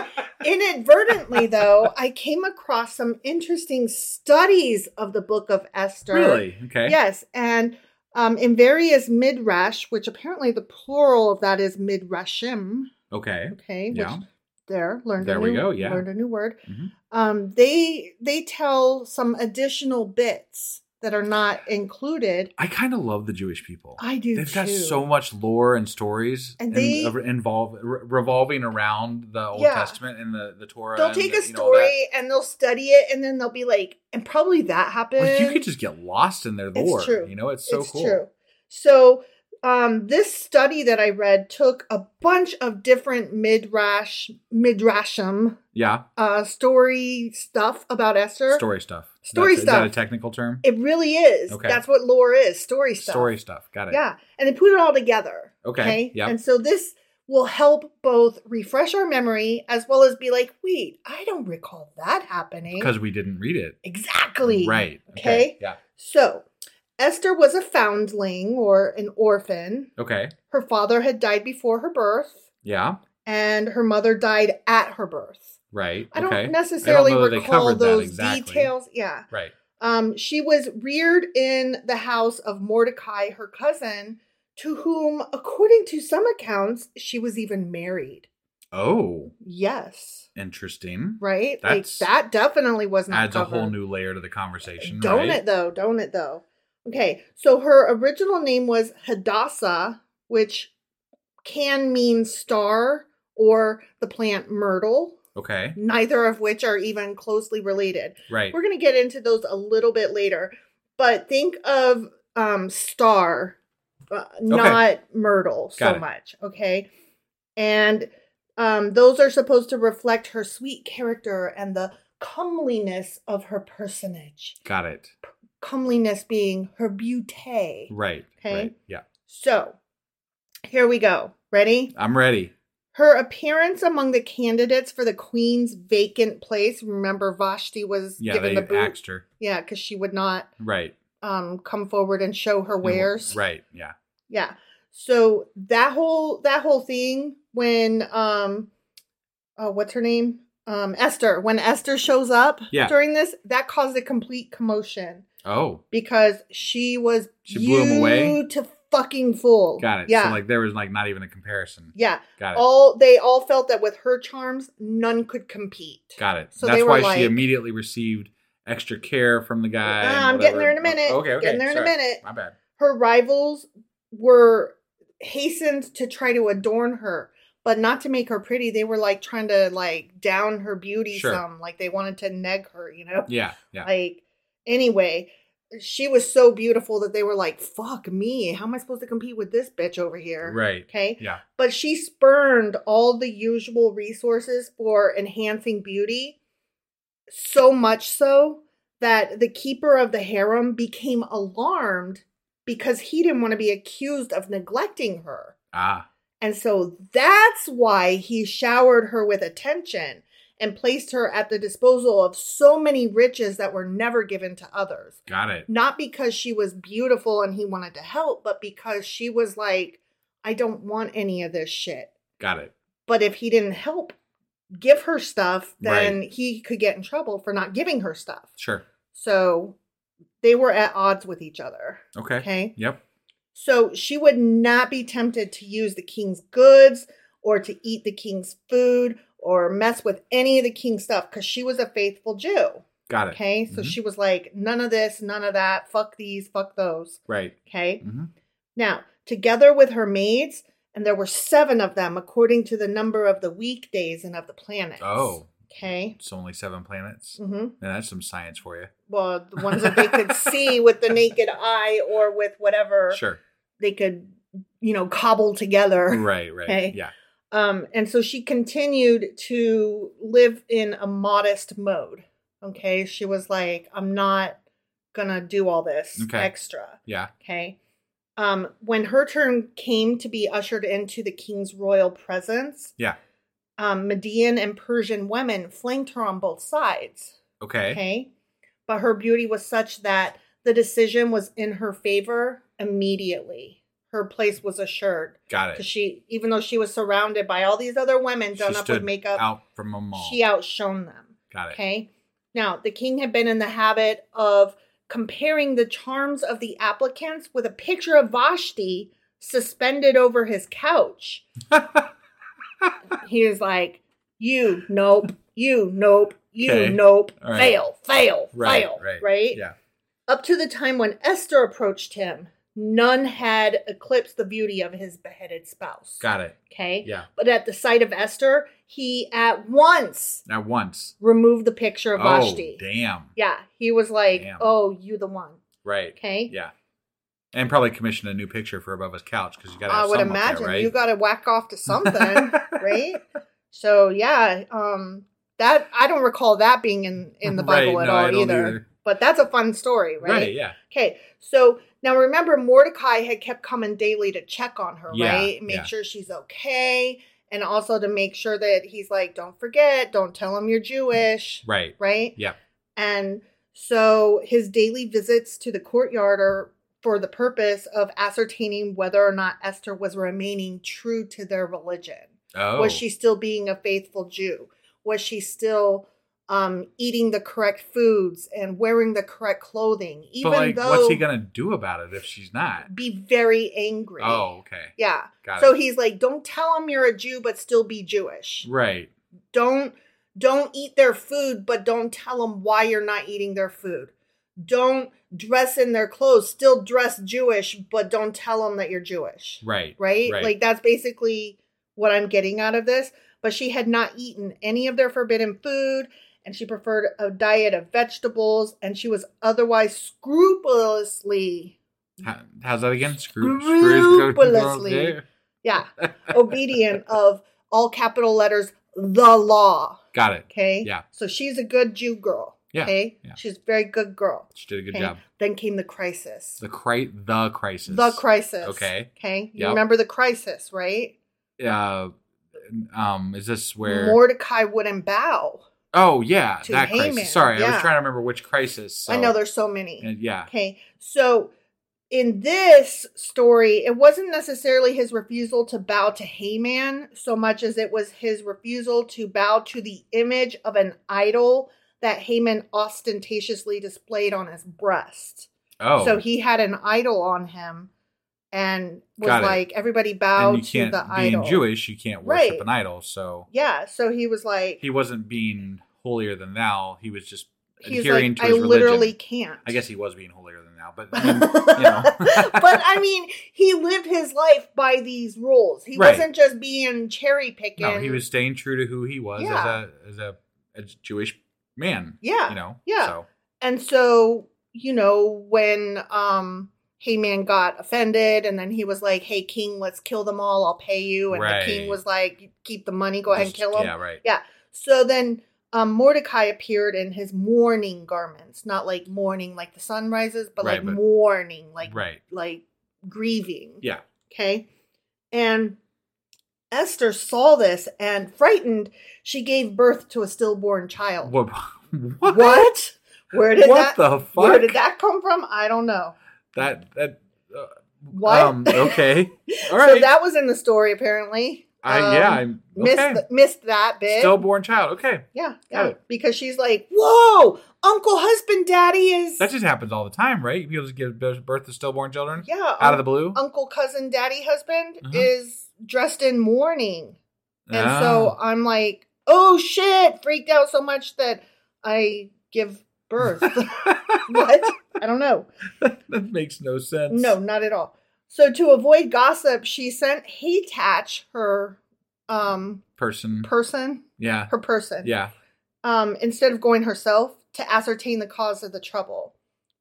Inadvertently, though, I came across some interesting studies of the book of Esther.
Really? Okay.
Yes. And Um, in various midrash, which apparently the plural of that is midrashim.
Okay.
Okay. Which
Yeah.
there learned
There
a
we
new,
go, yeah.
learned a new word
Mhm.
um they they tell some additional bits that are not included
I kind of love the Jewish people.
i do
They've
too.
got so much lore and stories
And
and
they-
involve re- revolving around the Old
Yeah.
Testament and the the Torah.
they'll
and
take
the-
a
you know, all that.
story and they'll study it and then they'll be like and probably that happened
Like, you could just get lost in their
It's
lore.
true.
You know, it's so
it's
cool.
true so um this study that i read took a bunch of different midrash midrashim
Yeah,
uh story stuff about esther
story stuff.
Story
That's- Is that a
stuff.
technical term?
it really is
Okay.
that's what lore is story stuff
Story stuff. Got it.
Yeah, and they put it all together.
Okay, yep.
And so this will help both refresh our memory as well as be like, wait, I don't recall that happening.
Because we didn't read it.
exactly.
Right.
Okay.
Yeah.
So Esther was a foundling or an orphan.
Okay.
Her father had died before her birth,
Yeah.
and her mother died at her birth.
Right.
I
okay.
don't necessarily
know that they
recall
covered that
those
exactly.
details. Yeah.
Right.
Um, she was reared in the house of Mordecai, her cousin, to whom, according to some accounts, she was even married.
Oh,
Yes,
interesting.
right?
That's-
like that definitely was not
Adds
covered.
a whole new layer to the conversation.
Don't
right?
it though? Don't it though? Okay, so her original name was Hadassah, which can mean star or the plant myrtle,
Okay.
neither of which are even closely related.
Right.
We're going to get into those a little bit later, but think of um, Star, uh, not Myrtle, so
Got it.
much. Okay. And um, those are supposed to reflect her sweet character and the comeliness of her personage.
Got it.
Comeliness being her beauty.
Right.
Okay.
Right. Yeah.
So here we go. Ready?
I'm ready.
Her appearance among the candidates for the queen's vacant place. Remember, Vashti was
Yeah.
given
They
the boot.
axed her.
Yeah, because she would not
Right.
um, come forward and show her wares.
Right. Yeah.
Yeah. So that whole that whole thing when um, oh, what's her name? Um, Esther. When Esther shows up
Yeah.
during this, that caused a complete commotion
Oh,
because she was
She blew 'em away?
you to fucking fool.
got it.
Yeah. Oh,
So like there was like not even a comparison.
yeah.
Got it.
All they all felt that with her charms, none could compete.
Got it.
So
That's
they were
why
like,
she immediately received extra care from the guy.
Ah,
and
I'm getting
whatever.
there in a minute.
Oh, okay, okay.
Getting there in a
Sorry.
minute.
My bad.
her rivals were hastened to try to adorn her but not to make her pretty they were like trying to like down her beauty
Sure.
some like they wanted to neg her you know
Yeah, yeah.
like anyway she was so beautiful that they were like fuck me how am i supposed to compete with this bitch over here
Right.
okay
Yeah.
but she spurned all the usual resources for enhancing beauty so much so that the keeper of the harem became alarmed because he didn't want to be accused of neglecting her
Ah,
and so that's why he showered her with attention and placed her at the disposal of so many riches that were never given to others
got it.
not because she was beautiful and he wanted to help, but because she was like, I don't want any of this shit.
Got it.
But if he didn't help give her stuff, then he could get in trouble for not giving her stuff.
Sure.
So they were at odds with each other.
Okay.
Okay.
Yep.
So she would not be tempted to use the king's goods or to eat the king's food or mess with any of the king's stuff because she was a faithful Jew.
Got it.
Okay. So
Mhm.
she was like, none of this, none of that. Fuck these, fuck those.
Right.
Okay.
Mhm.
Now, together with her maids, and there were seven of them according to the number of the weekdays and of the planets.
Oh,
Okay.
it's only seven planets.
hmm
Man, that's some science for you.
Well, the ones that they could see with the naked eye or with whatever
Sure.
they could, you know, cobble together.
Right. Right.
Okay.
Yeah.
Um, and so she continued to live in a modest mode. Okay. She was like, I'm not going to do all this
Okay.
extra.
Yeah.
Okay. Um, when her turn came to be ushered into the king's royal presence,
Yeah.
um, Median and Persian women flanked her on both sides.
Okay.
Okay. But her beauty was such that the decision was in her favor immediately. Her place was assured.
Got it.
'Cause She, even though she was surrounded by all these other women done up with makeup,
out from a mall.
she outshone them.
Got it.
Okay. Now, the king had been in the habit of comparing the charms of the applicants with a picture of Vashti suspended over his couch. he is like, You, nope, you, nope, you,
Okay.
nope,
All right.
fail, fail,
Right,
fail,
right,
right?
Yeah.
Up to the time when Esther approached him, none had eclipsed the beauty of his beheaded spouse.
Got it.
Okay.
Yeah.
But at the sight of Esther, he at once
Now once.
removed the picture of Vashti.
Oh, damn.
Yeah. He was like,
Damn.
Oh, you the one.
Right.
Okay.
Yeah. And probably commission a new picture for above his couch because you got to.
I would imagine you got to whack off to something, right? So yeah, um, that I don't recall that being in in the
Right,
Bible at
no, I
all
don't
either.
either.
But that's a fun story, right?
right. Yeah.
Okay, so now remember Mordecai had kept coming daily to check on her,
Yeah,
right? Make
yeah.
sure she's okay, and also to make sure that he's like, don't forget, don't tell him you're Jewish,
Right.
right?
Yeah.
And so his daily visits to the courtyard are for the purpose of ascertaining whether or not Esther was remaining true to their religion.
Oh.
Was she still being a faithful Jew? Was she still um, eating the correct foods and wearing the correct clothing? Even
but like,
though
what's he gonna do about it if she's not?
be very angry.
Oh, okay.
Yeah.
Got
so
it.
he's like, don't tell him you're a Jew, but still be Jewish.
Right.
Don't don't eat their food, but don't tell them why you're not eating their food. Don't dress in their clothes, still dress Jewish, but don't tell them that you're Jewish.
Right.
Right? Like that's basically what I'm getting out of this. But she had not eaten any of their forbidden food, and she preferred a diet of vegetables, and she was otherwise scrupulously,
How, how's that again? Screw,
Scrupulously. yeah, obedient of all capital letters, the law.
Got it.
Okay.
Yeah.
So she's a good Jew girl.
Yeah,
Okay.
yeah.
She's a very good girl.
She did a good
okay?
job.
Then came the crisis.
The cri- the crisis.
The crisis.
Okay.
Okay. You
Yep.
remember the crisis, right?
Uh, um, is this where?
Mordecai wouldn't bow.
oh yeah,
to
that
Haman,
crisis. Sorry, I was
yeah.
trying to remember which crisis. so-
I know there's so many.
and- Yeah.
Okay. So in this story, it wasn't necessarily his refusal to bow to Haman so much as it was his refusal to bow to the image of an idol that Haman ostentatiously displayed on his breast.
Oh.
So he had an idol on him and was
Got it.
like, everybody bow
and you
to
can't
the
being
idol.
Jewish, you can't worship
Right.
an idol. So
Yeah. So he was like,
he wasn't being holier than thou. He was just
he's
adhering
like,
to
I
his religion.
literally can't.
I guess he was being holier than thou, but I mean, you know.
but I mean, he lived his life by these rules. He
Right.
wasn't just being cherry picking.
no, he was staying true to who he was
Yeah.
as a as a, a Jewish man.
Yeah,
you know.
yeah.
So
And so, you know, when um Heyman got offended and then he was like, Hey king, let's kill them all, I'll pay you. And
Right.
the king was like, Keep the money, go ahead and
just-
kill them.
Yeah, right.
Yeah. So then um, Mordecai appeared in his mourning garments, not like mourning like the sun rises, but
Right,
like
but-
mourning, like
Right.
like grieving.
Yeah.
Okay. And Esther saw this and frightened, she gave birth to a stillborn child.
What? What?
What? Where did
What
that
the fuck?
Where did that come from? I don't know.
That that. Uh,
What?
Um, okay. All
So
right.
that was in the story apparently.
I
Um,
yeah. I'm
missed
okay.
th- missed that bit.
Stillborn child. Okay.
yeah,
Got
yeah.
it.
Because she's like, "Whoa, uncle husband daddy is
That just happens all the time, right? People just give birth to stillborn children
yeah, oh,
out of the blue.
uncle cousin daddy husband
Mhm.
is dressed in mourning." And so
Ah.
I'm like, oh shit, freaked out so much that I give birth. what? I don't know.
that makes no sense.
No, not at all. So to avoid gossip, she sent Haytach, her um
person.
person,
yeah.
her person.
Yeah.
Um, instead of going herself to ascertain the cause of the trouble.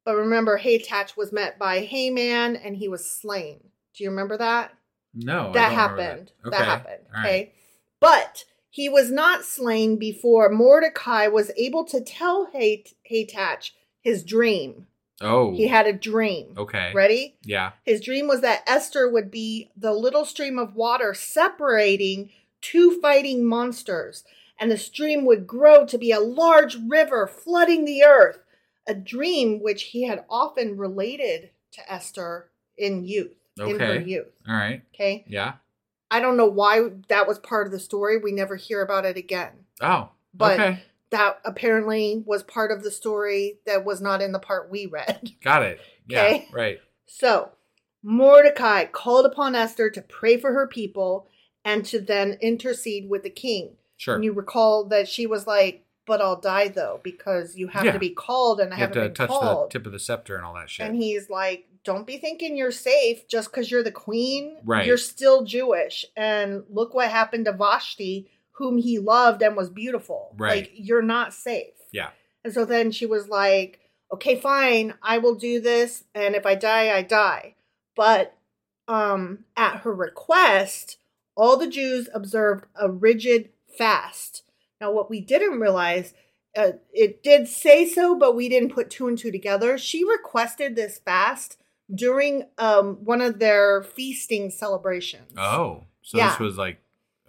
But remember, Haytach was met by Haman and he was slain. Do you remember that?
No. Oh, I
that
don't remember
happened. That.
Okay.
happened.
All right.
Okay. But he was not slain before Mordecai was able to tell Hay- Haytach his dream.
Oh.
He had a dream.
Okay.
Ready?
Yeah.
His dream was that Esther would be the little stream of water separating two fighting monsters, and the stream would grow to be a large river flooding the earth. A dream which he had often related to Esther in youth, in her
Okay.
youth.
All right.
Okay.
Yeah.
I don't know why that was part of the story. We never hear about it again.
Oh.
But
okay.
that apparently was part of the story that was not in the part we read.
Got it. Yeah.
Okay.
Right.
So, Mordecai called upon Esther to pray for her people and to then intercede with the king.
Sure.
And you recall that she was like, "But I'll die though because you have
Yeah.
to be called, and I
you have
haven't
to
been
touch
called."
the tip of the scepter and all that shit.
and he's like, "Don't be thinking you're safe just because you're the queen.
Right.
You're still Jewish, and look what happened to Vashti, whom he loved and was beautiful.
Right.
Like you're not safe."
yeah.
And so then she was like, "Okay, fine. I will do this, and if I die, I die." But um at her request, all the Jews observed a rigid fast. Now what we didn't realize uh, it did say so, but we didn't put two and two together. She requested this fast during um, one of their feasting celebrations.
Oh. So
Yeah.
this was like,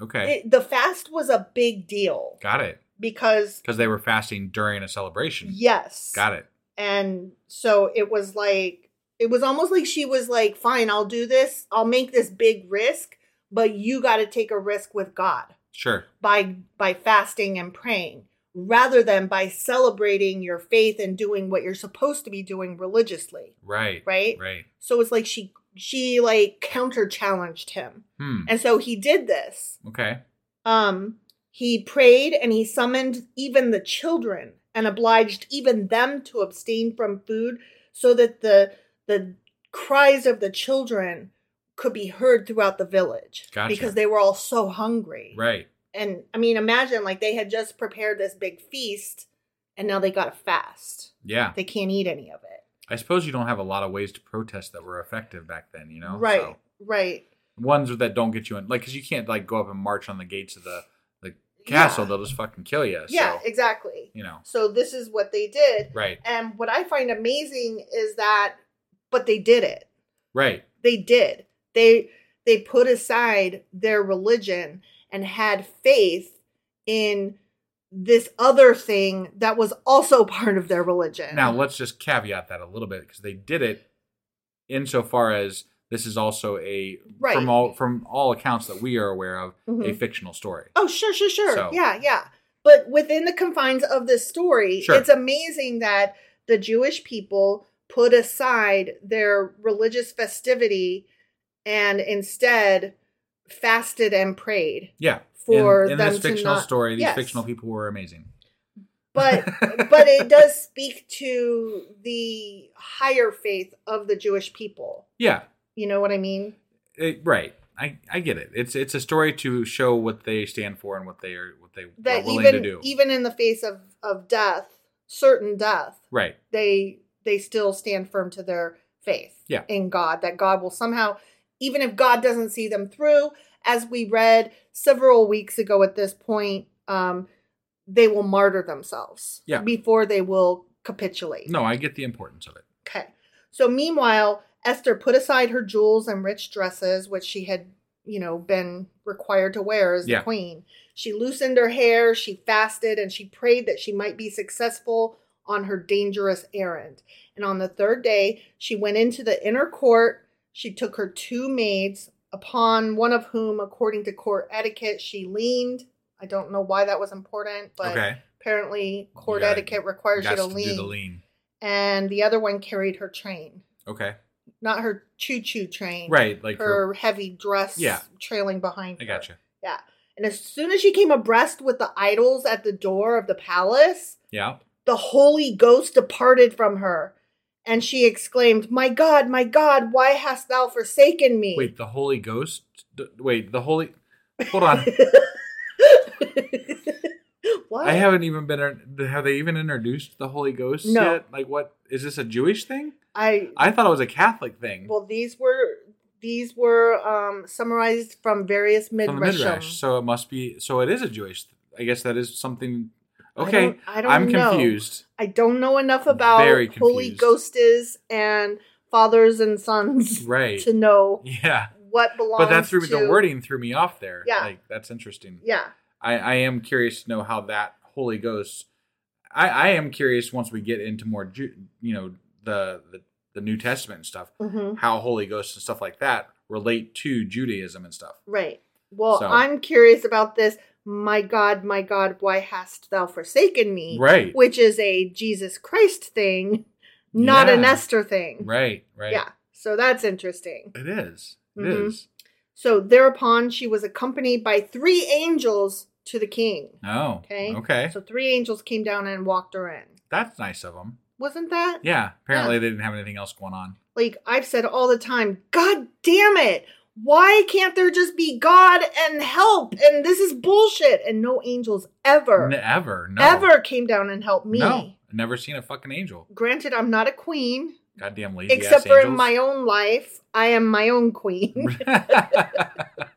okay,
It- the fast was a big deal
got it.
because,
Because they were fasting during a celebration.
yes.
Got it.
and so it was like it was almost like she was like fine i'll do this i'll make this big risk but you got to take a risk with god
Sure.
by by fasting and praying rather than by celebrating your faith and doing what you're supposed to be doing religiously
Right.
Right?
Right.
so it's like she she like counter challenged him
Hmm.
and so he did this
Okay.
um, he prayed and he summoned even the children and obliged even them to abstain from food so that the the cries of the children could be heard throughout the village
Gotcha.
because they were all so hungry.
Right.
And I mean, imagine like they had just prepared this big feast and now they got to fast.
Yeah.
They can't eat any of it.
I suppose you don't have a lot of ways to protest that were effective back then, you know?
right,
So,
right.
ones that don't get you in, like, because you can't, like, go up and march on the gates of the, the castle.
Yeah.
They'll just fucking kill you.
Yeah,
So,
exactly.
you know.
So this is what they did.
Right.
And what I find amazing is that, but they did it.
Right.
They did. They they put aside their religion and had faith in this other thing that was also part of their religion.
Now let's just caveat that a little bit because they did it insofar as this is also a
Right.
from all from all accounts that we are aware of a
Mhm.
fictional story.
oh, sure, sure, sure.
So-
Yeah, yeah. But within the confines of this story,
Sure.
it's amazing that the Jewish people put aside their religious festivity and instead fasted and prayed.
Yeah,
For
in, in
them
this
to
fictional
not-
story, these
Yes.
fictional people were amazing.
but but it does speak to the higher faith of the Jewish people.
Yeah,
You know what I mean?
it- right. I, I get it. It's it's a story to show what they stand for and what they are what they are
That
willing
even
to do.
even in the face of of death, certain death,
right.
they they still stand firm to their faith
Yeah.
in God that God will somehow even if God doesn't see them through, as we read several weeks ago at this point, um, they will martyr themselves
Yeah.
before they will capitulate.
No, I get the importance of it.
Okay. So meanwhile, Esther put aside her jewels and rich dresses, which she had, you know, been required to wear as
Yeah.
the queen. She loosened her hair, she fasted, and she prayed that she might be successful on her dangerous errand. And on the third day, she went into the inner court. She took her two maids, upon one of whom, according to court etiquette, she leaned. I don't know why that was important, but
okay.
apparently court
gotta-
etiquette requires you
Gots to
to
do
lean
the lean.
and the other one carried her train,
Okay.
not her choo choo train.
Right. Like
her,
her.
heavy dress
Yeah.
trailing behind
I
her.
gotcha.
Yeah. And as soon as she came abreast with the idols at the door of the palace,
Yeah.
the Holy Ghost departed from her. And she exclaimed, My God, my God, why hast thou forsaken me?
Wait, the Holy Ghost. D- wait, the Holy. Hold on.
what?
I haven't even been. Have they even introduced the Holy Ghost
No.
yet? Like, what is this a Jewish thing?
I
I thought it was a Catholic thing
well these were these were um summarized from various
from the
midrash.
Midrash. So it must be. So it is a Jewish. I guess that is something.
I
Okay,
don't- I don't
am
know.
confused.
I don't know enough about
Very
holy
confused.
ghostes and fathers and sons
Right.
to know
Yeah,
what belongs.
but that threw me.
to,
The wording threw me off there.
Yeah.
like that's interesting.
Yeah,
I, I am curious to know how that Holy Ghost. I, I am curious once we get into more, Ju- you know, the, the the New Testament and stuff,
Mhm.
how Holy Ghosts and stuff like that relate to Judaism and stuff.
right. Well,
So-
I'm curious about this my God, my God, why hast thou forsaken me?
Right.
Which is a Jesus Christ thing, not an
Yeah.
Esther thing.
Right. Right.
Yeah. So that's interesting.
It is. It is.
Mhm. So thereupon she was accompanied by three angels to the king.
Oh.
Okay.
Okay.
So three angels came down and walked her in.
That's nice of them.
Wasn't that?
Yeah. Apparently they didn't have anything else going on.
Like I've said all the time, God damn it. Why can't there just be God and help? And this is bullshit. And no angels ever,
Never. No.
ever came down and helped me.
No. Never seen a fucking angel.
Granted, I'm not a queen,
Goddamn lazy.
except for in my own life. I am my own queen.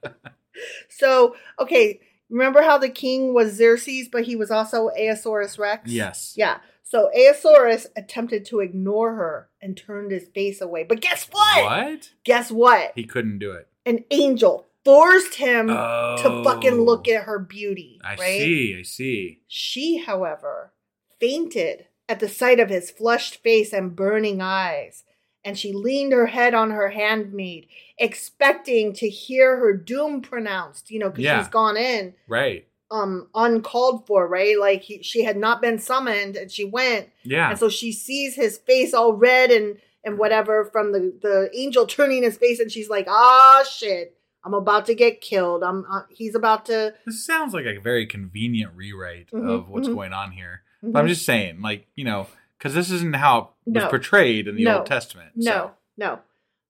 so, okay, remember how the king was Xerxes, but he was also Aesaurus Rex?
yes.
Yeah. So Aesaurus attempted to ignore her and turned his face away. But guess what?
What?
Guess what?
He couldn't do it.
An angel forced him
Oh.
to fucking look at her beauty.
I
right?
see. I see.
She, however, fainted at the sight of his flushed face and burning eyes, and she leaned her head on her handmaid, expecting to hear her doom pronounced, you know, because
Yeah.
she's gone in
Right.
um uncalled for, right? Like he, she had not been summoned and she went.
Yeah.
And so she sees his face all red and and whatever from the the angel turning his face and she's like, "Ah shit. I'm about to get killed. I'm uh, he's about to
this sounds like a very convenient rewrite
Mhm,
of what's
mhm.
going on here. But I'm just saying, like, you know, because this isn't how it was
Mm-hmm. No.
portrayed in the
No.
Old Testament.
No, no.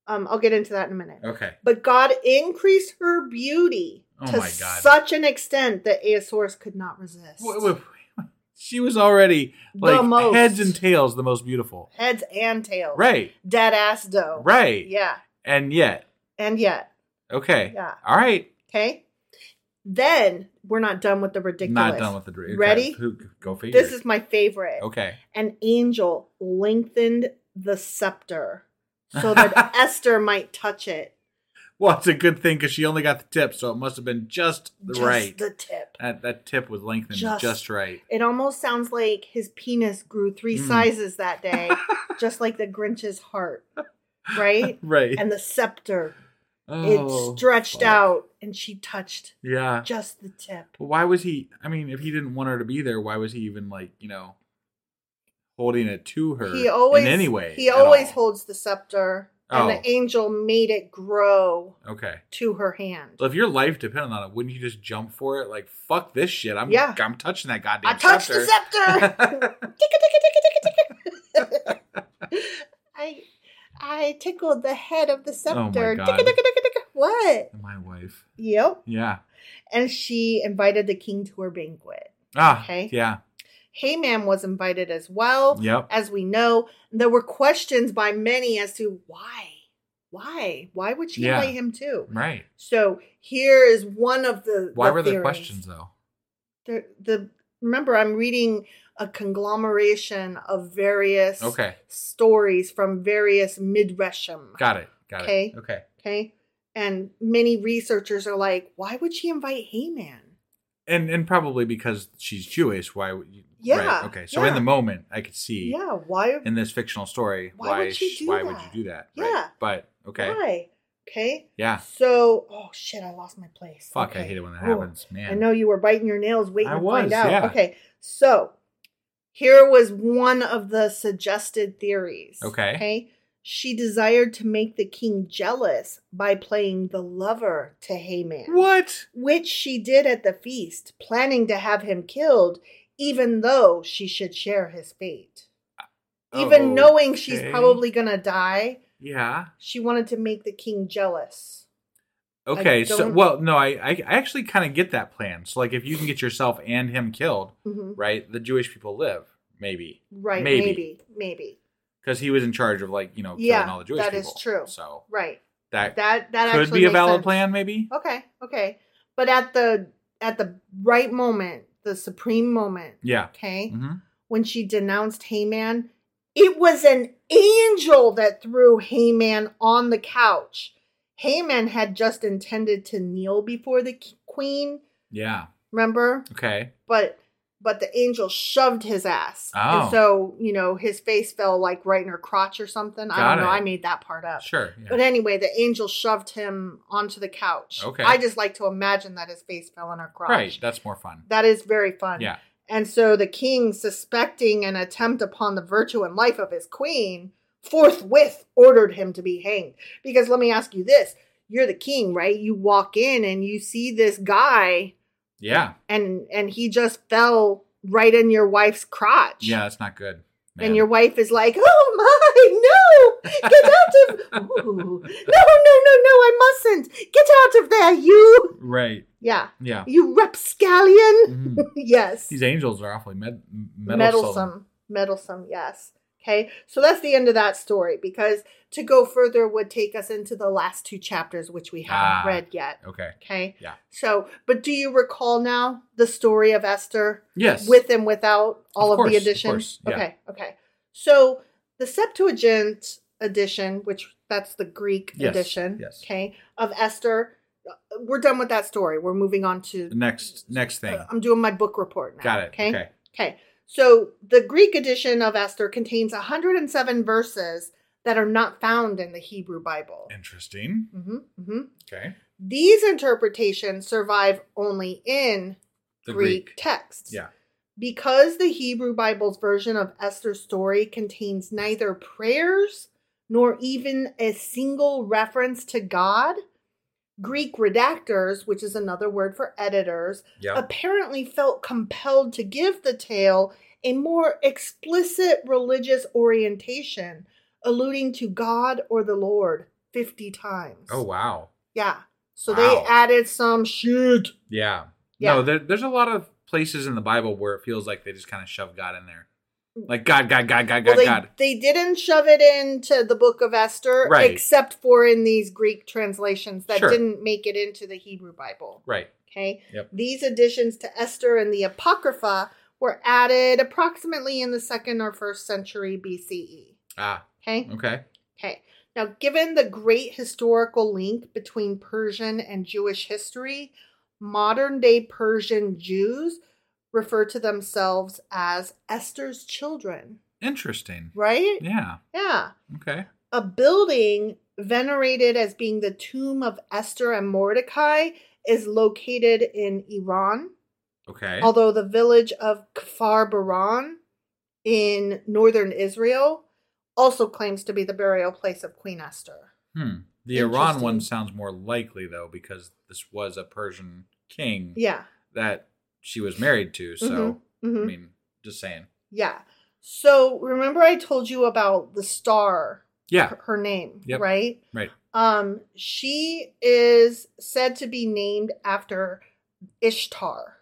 Um, I'll get into that in a minute.
So. Okay.
But God increased her beauty
Oh
to
my God.
such an extent that Aesaurus could not resist.
Wait, wait, wait. She was already like
most.
heads and tails the most beautiful.
Heads and tails.
Right.
Dead ass dough.
Right.
Yeah.
And yet.
And yet.
Okay.
Yeah.
All right.
Okay. Then we're not done with the ridiculous.
Not done with the dream.
Ready?
Who, go figure.
This is my favorite.
okay.
An angel lengthened the scepter so that Esther might touch it.
Well, it's a good thing because she only got the tip, so it must have been just, the
Just
right.
the tip.
that that tip was lengthened just,
Just-
right.
It almost sounds like his penis grew three
Mm.
sizes that day, just like the Grinch's heart, right?
Right.
And the scepter,
Oh,
it stretched
fuck.
out and she touched
Yeah.
just the tip.
But why was he? I mean, if he didn't want her to be there, why was he even like you know holding it to her?
He always
in any way.
he
at
always
all?
holds the scepter and
Oh.
the angel made it grow
Okay.
to her hand.
Well, if your life depended on it, wouldn't you just jump for it? Like fuck this shit. I'm
Yeah.
I'm touching that goddamn.
I touched the scepter.
scepter.
I I tickled the head of the
Oh my
scepter.
God.
Ticka, ticka, ticka, ticka. What?
My wife.
Yep.
Yeah.
and she invited the king to her banquet.
Ah.
Okay.
Yeah.
Haman was invited as well.
Yep.
As we know, there were questions by many as to why, why, why would she
Yeah.
invite him too?
Right.
So here is one of the.
Why
the
were there
theories.
questions though?
The, the remember, I'm reading a conglomeration of various
Okay.
stories from various midrashim.
Got it. Got
Okay.
it. Okay.
Okay, and many researchers are like, why would she invite Haman?
and and probably because she's Jewish, why? would you-
Yeah,
Right, okay. So
yeah.
in the moment, I could see.
Yeah, why?
In this fictional story,
Why
why?
would she
sh-
do
why
that?
would you do that?
Yeah.
Right. But okay.
Why? Okay.
Yeah.
So, oh shit, I lost my place.
Fuck. I
Okay.
hate it when that
Oh,
happens, man.
I know you were biting your nails waiting
I
to
was,
find out.
yeah.
Okay. So, here was one of the suggested theories.
Okay.
Okay. She desired to make the king jealous by playing the lover to Haman,
What?
which she did at the feast, planning to have him killed, even though she should share his fate. Even knowing she's
Uh, Okay.
probably going to die,
Yeah.
she wanted to make the king jealous.
Okay. So
don't-
well, no, I I, I actually kind of get that plan. So like, if you can get yourself and him killed,
Mhm.
right? The Jewish people live, maybe.
Right,
Maybe.
maybe, maybe.
Because he was in charge of like you know killing
Yeah,
all the Jewish
that is
people.
true.
So
Right.
that
That that
could
actually
be a
makes
valid
sense. Oh,
plan, maybe.
Okay, okay. But at the at the right moment, the supreme moment,
Yeah.
okay,
hmm
when she denounced Hayman, it was an angel that threw Hayman on the couch. Hayman had just intended to kneel before the k- queen,
Yeah.
remember?
Okay.
But but the angel shoved his ass.
Oh.
And so, you know, his face fell like right in her crotch or something. I
Got
don't know.
it.
I made that part up.
Sure. yeah.
But anyway, the angel shoved him onto the couch.
Okay.
I just like to imagine that his face fell on her crotch.
Right. That's more fun.
That is very fun.
Yeah.
And so the king, suspecting an attempt upon the virtue and life of his queen, forthwith ordered him to be hanged. Because let me ask you this you're the king, right? You walk in and you see this guy
Yeah.
and and he just fell right in your wife's crotch.
Yeah. That's not good. man.
And your wife is like, "Oh my, no! Get out of Ooh. no, no, no, no! I mustn't get out of there, you."
right.
Yeah,
Yeah.
you rapscallion.
Mhm.
yes,
These angels are awfully med- meddlesome.
meddlesome, meddlesome. Yes. Okay, so that's the end of that story because to go further would take us into the last two chapters, which we
Ah.
haven't read yet.
Okay.
Okay.
Yeah.
So, but do you recall now the story of Esther?
Yes.
with and without all of,
Of course,
the
of
additions.
course, yeah.
Okay, okay. So the Septuagint edition, which that's the Greek
Yes,
edition,
yes.
okay, of Esther. uh, We're done with that story. We're moving on to.
The next next thing.
I'm doing my book report now.
Got it. Okay.
Uh, Okay. Okay. So the Greek edition of Esther contains 107 verses that are not found in the Hebrew Bible.
Interesting.
hmm hmm
Okay.
These interpretations survive only in
The
Greek,
Greek.
texts.
Yeah.
Because the Hebrew Bible's version of Esther's story contains neither prayers nor even a single reference to God, Greek redactors, which is another word for editors,
Yeah.
apparently felt compelled to give the tale a more explicit religious orientation, alluding to God or the Lord 50 times.
Oh wow.
Yeah. So
Wow.
they added some shit.
Yeah.
Yeah.
No, there, there's a lot of places in the Bible where it feels like they just kind of shove God in there. Like God, God, God, God, God,
Mm. Well, they,
God.
they didn't shove it into the book of Esther,
Right.
except for in these Greek translations that
Sure.
didn't make it into the Hebrew Bible.
Right.
Okay.
Yep.
These additions to Esther and the Apocrypha were added approximately in the second or first century BCE.
Ah.
Okay.
Okay.
Okay. Now, given the great historical link between Persian and Jewish history, modern day Persian Jews refer to themselves as Esther's children,
Interesting.
right?
Yeah.
Yeah.
Okay.
A building venerated as being the tomb of Esther and Mordecai is located in Iran,
Okay.
although the village of Kfar Baran in northern Israel also claims to be the burial place of Queen Esther.
hmm. The Iran one
Interesting.
sounds more likely though because this was a Persian king
Yeah.
that she was married to. So
Mhm, mhm.
I mean, just saying.
Yeah. So remember I told you about the star,
Yeah.
her- her name,
Yep.
right?
Right.
Um, she is said to be named after Ishtar.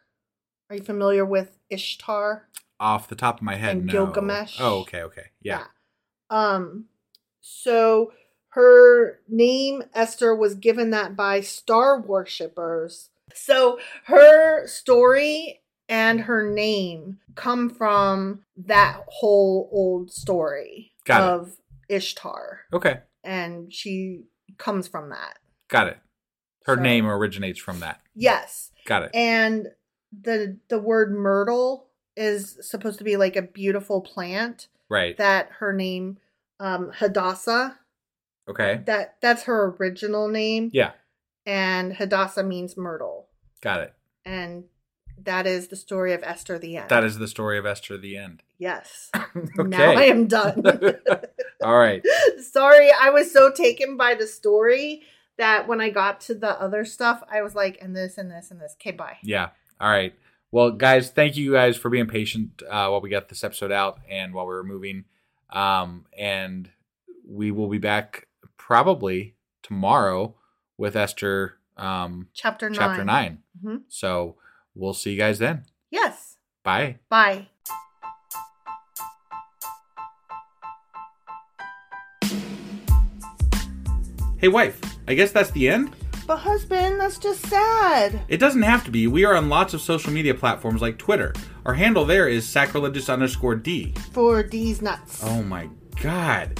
Are you familiar with Ishtar?
Off the top of my head,
And
no.
Gilgamesh.
Oh, okay, okay, yeah.
Um, so her name Esther was given that by star worshippers. So her story and her name come from that whole old story
Got it.
of Ishtar,
Okay,
and she comes from that.
got it. Her
So-
name originates from that.
Yes.
Got it.
and the the word myrtle is supposed to be like a beautiful plant
right.
that her name um hadassah
okay.
that that's her original name
Yeah.
and hadassah means myrtle
Got it.
and that is the story of esther the end
That is the story of Esther. at The end.
yes
okay.
now i am done
All right.
sorry i was so taken by the story that when i got to the other stuff i was like and this and this and this okay bye
Yeah. All right. Well, guys, thank you guys for being patient uh, while we got this episode out and while we were moving. Um, and we will be back probably tomorrow with Esther um,
chapter 9
chapter 9
Mhm.
So we'll see you guys then.
yes
Bye.
bye
Hey, wife, I guess that's the end?
But husband, that's just sad.
It doesn't have to be. We are on lots of social media platforms like Twitter. Our handle there is sacrilegious underscore D.
For these nuts.
Oh my god.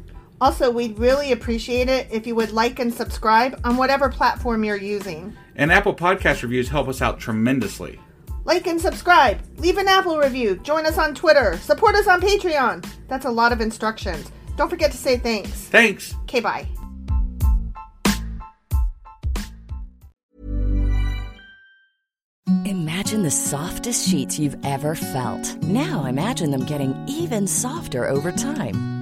Also, we'd really appreciate it if you would like and subscribe on whatever platform you're using.
And Apple Podcast reviews help us out tremendously.
Like and subscribe, leave an Apple review, join us on Twitter, support us on Patreon. That's a lot of instructions. Don't forget to say thanks.
Thanks!
Okay, bye.
Imagine the softest sheets you've ever felt. Now imagine them getting even softer over time.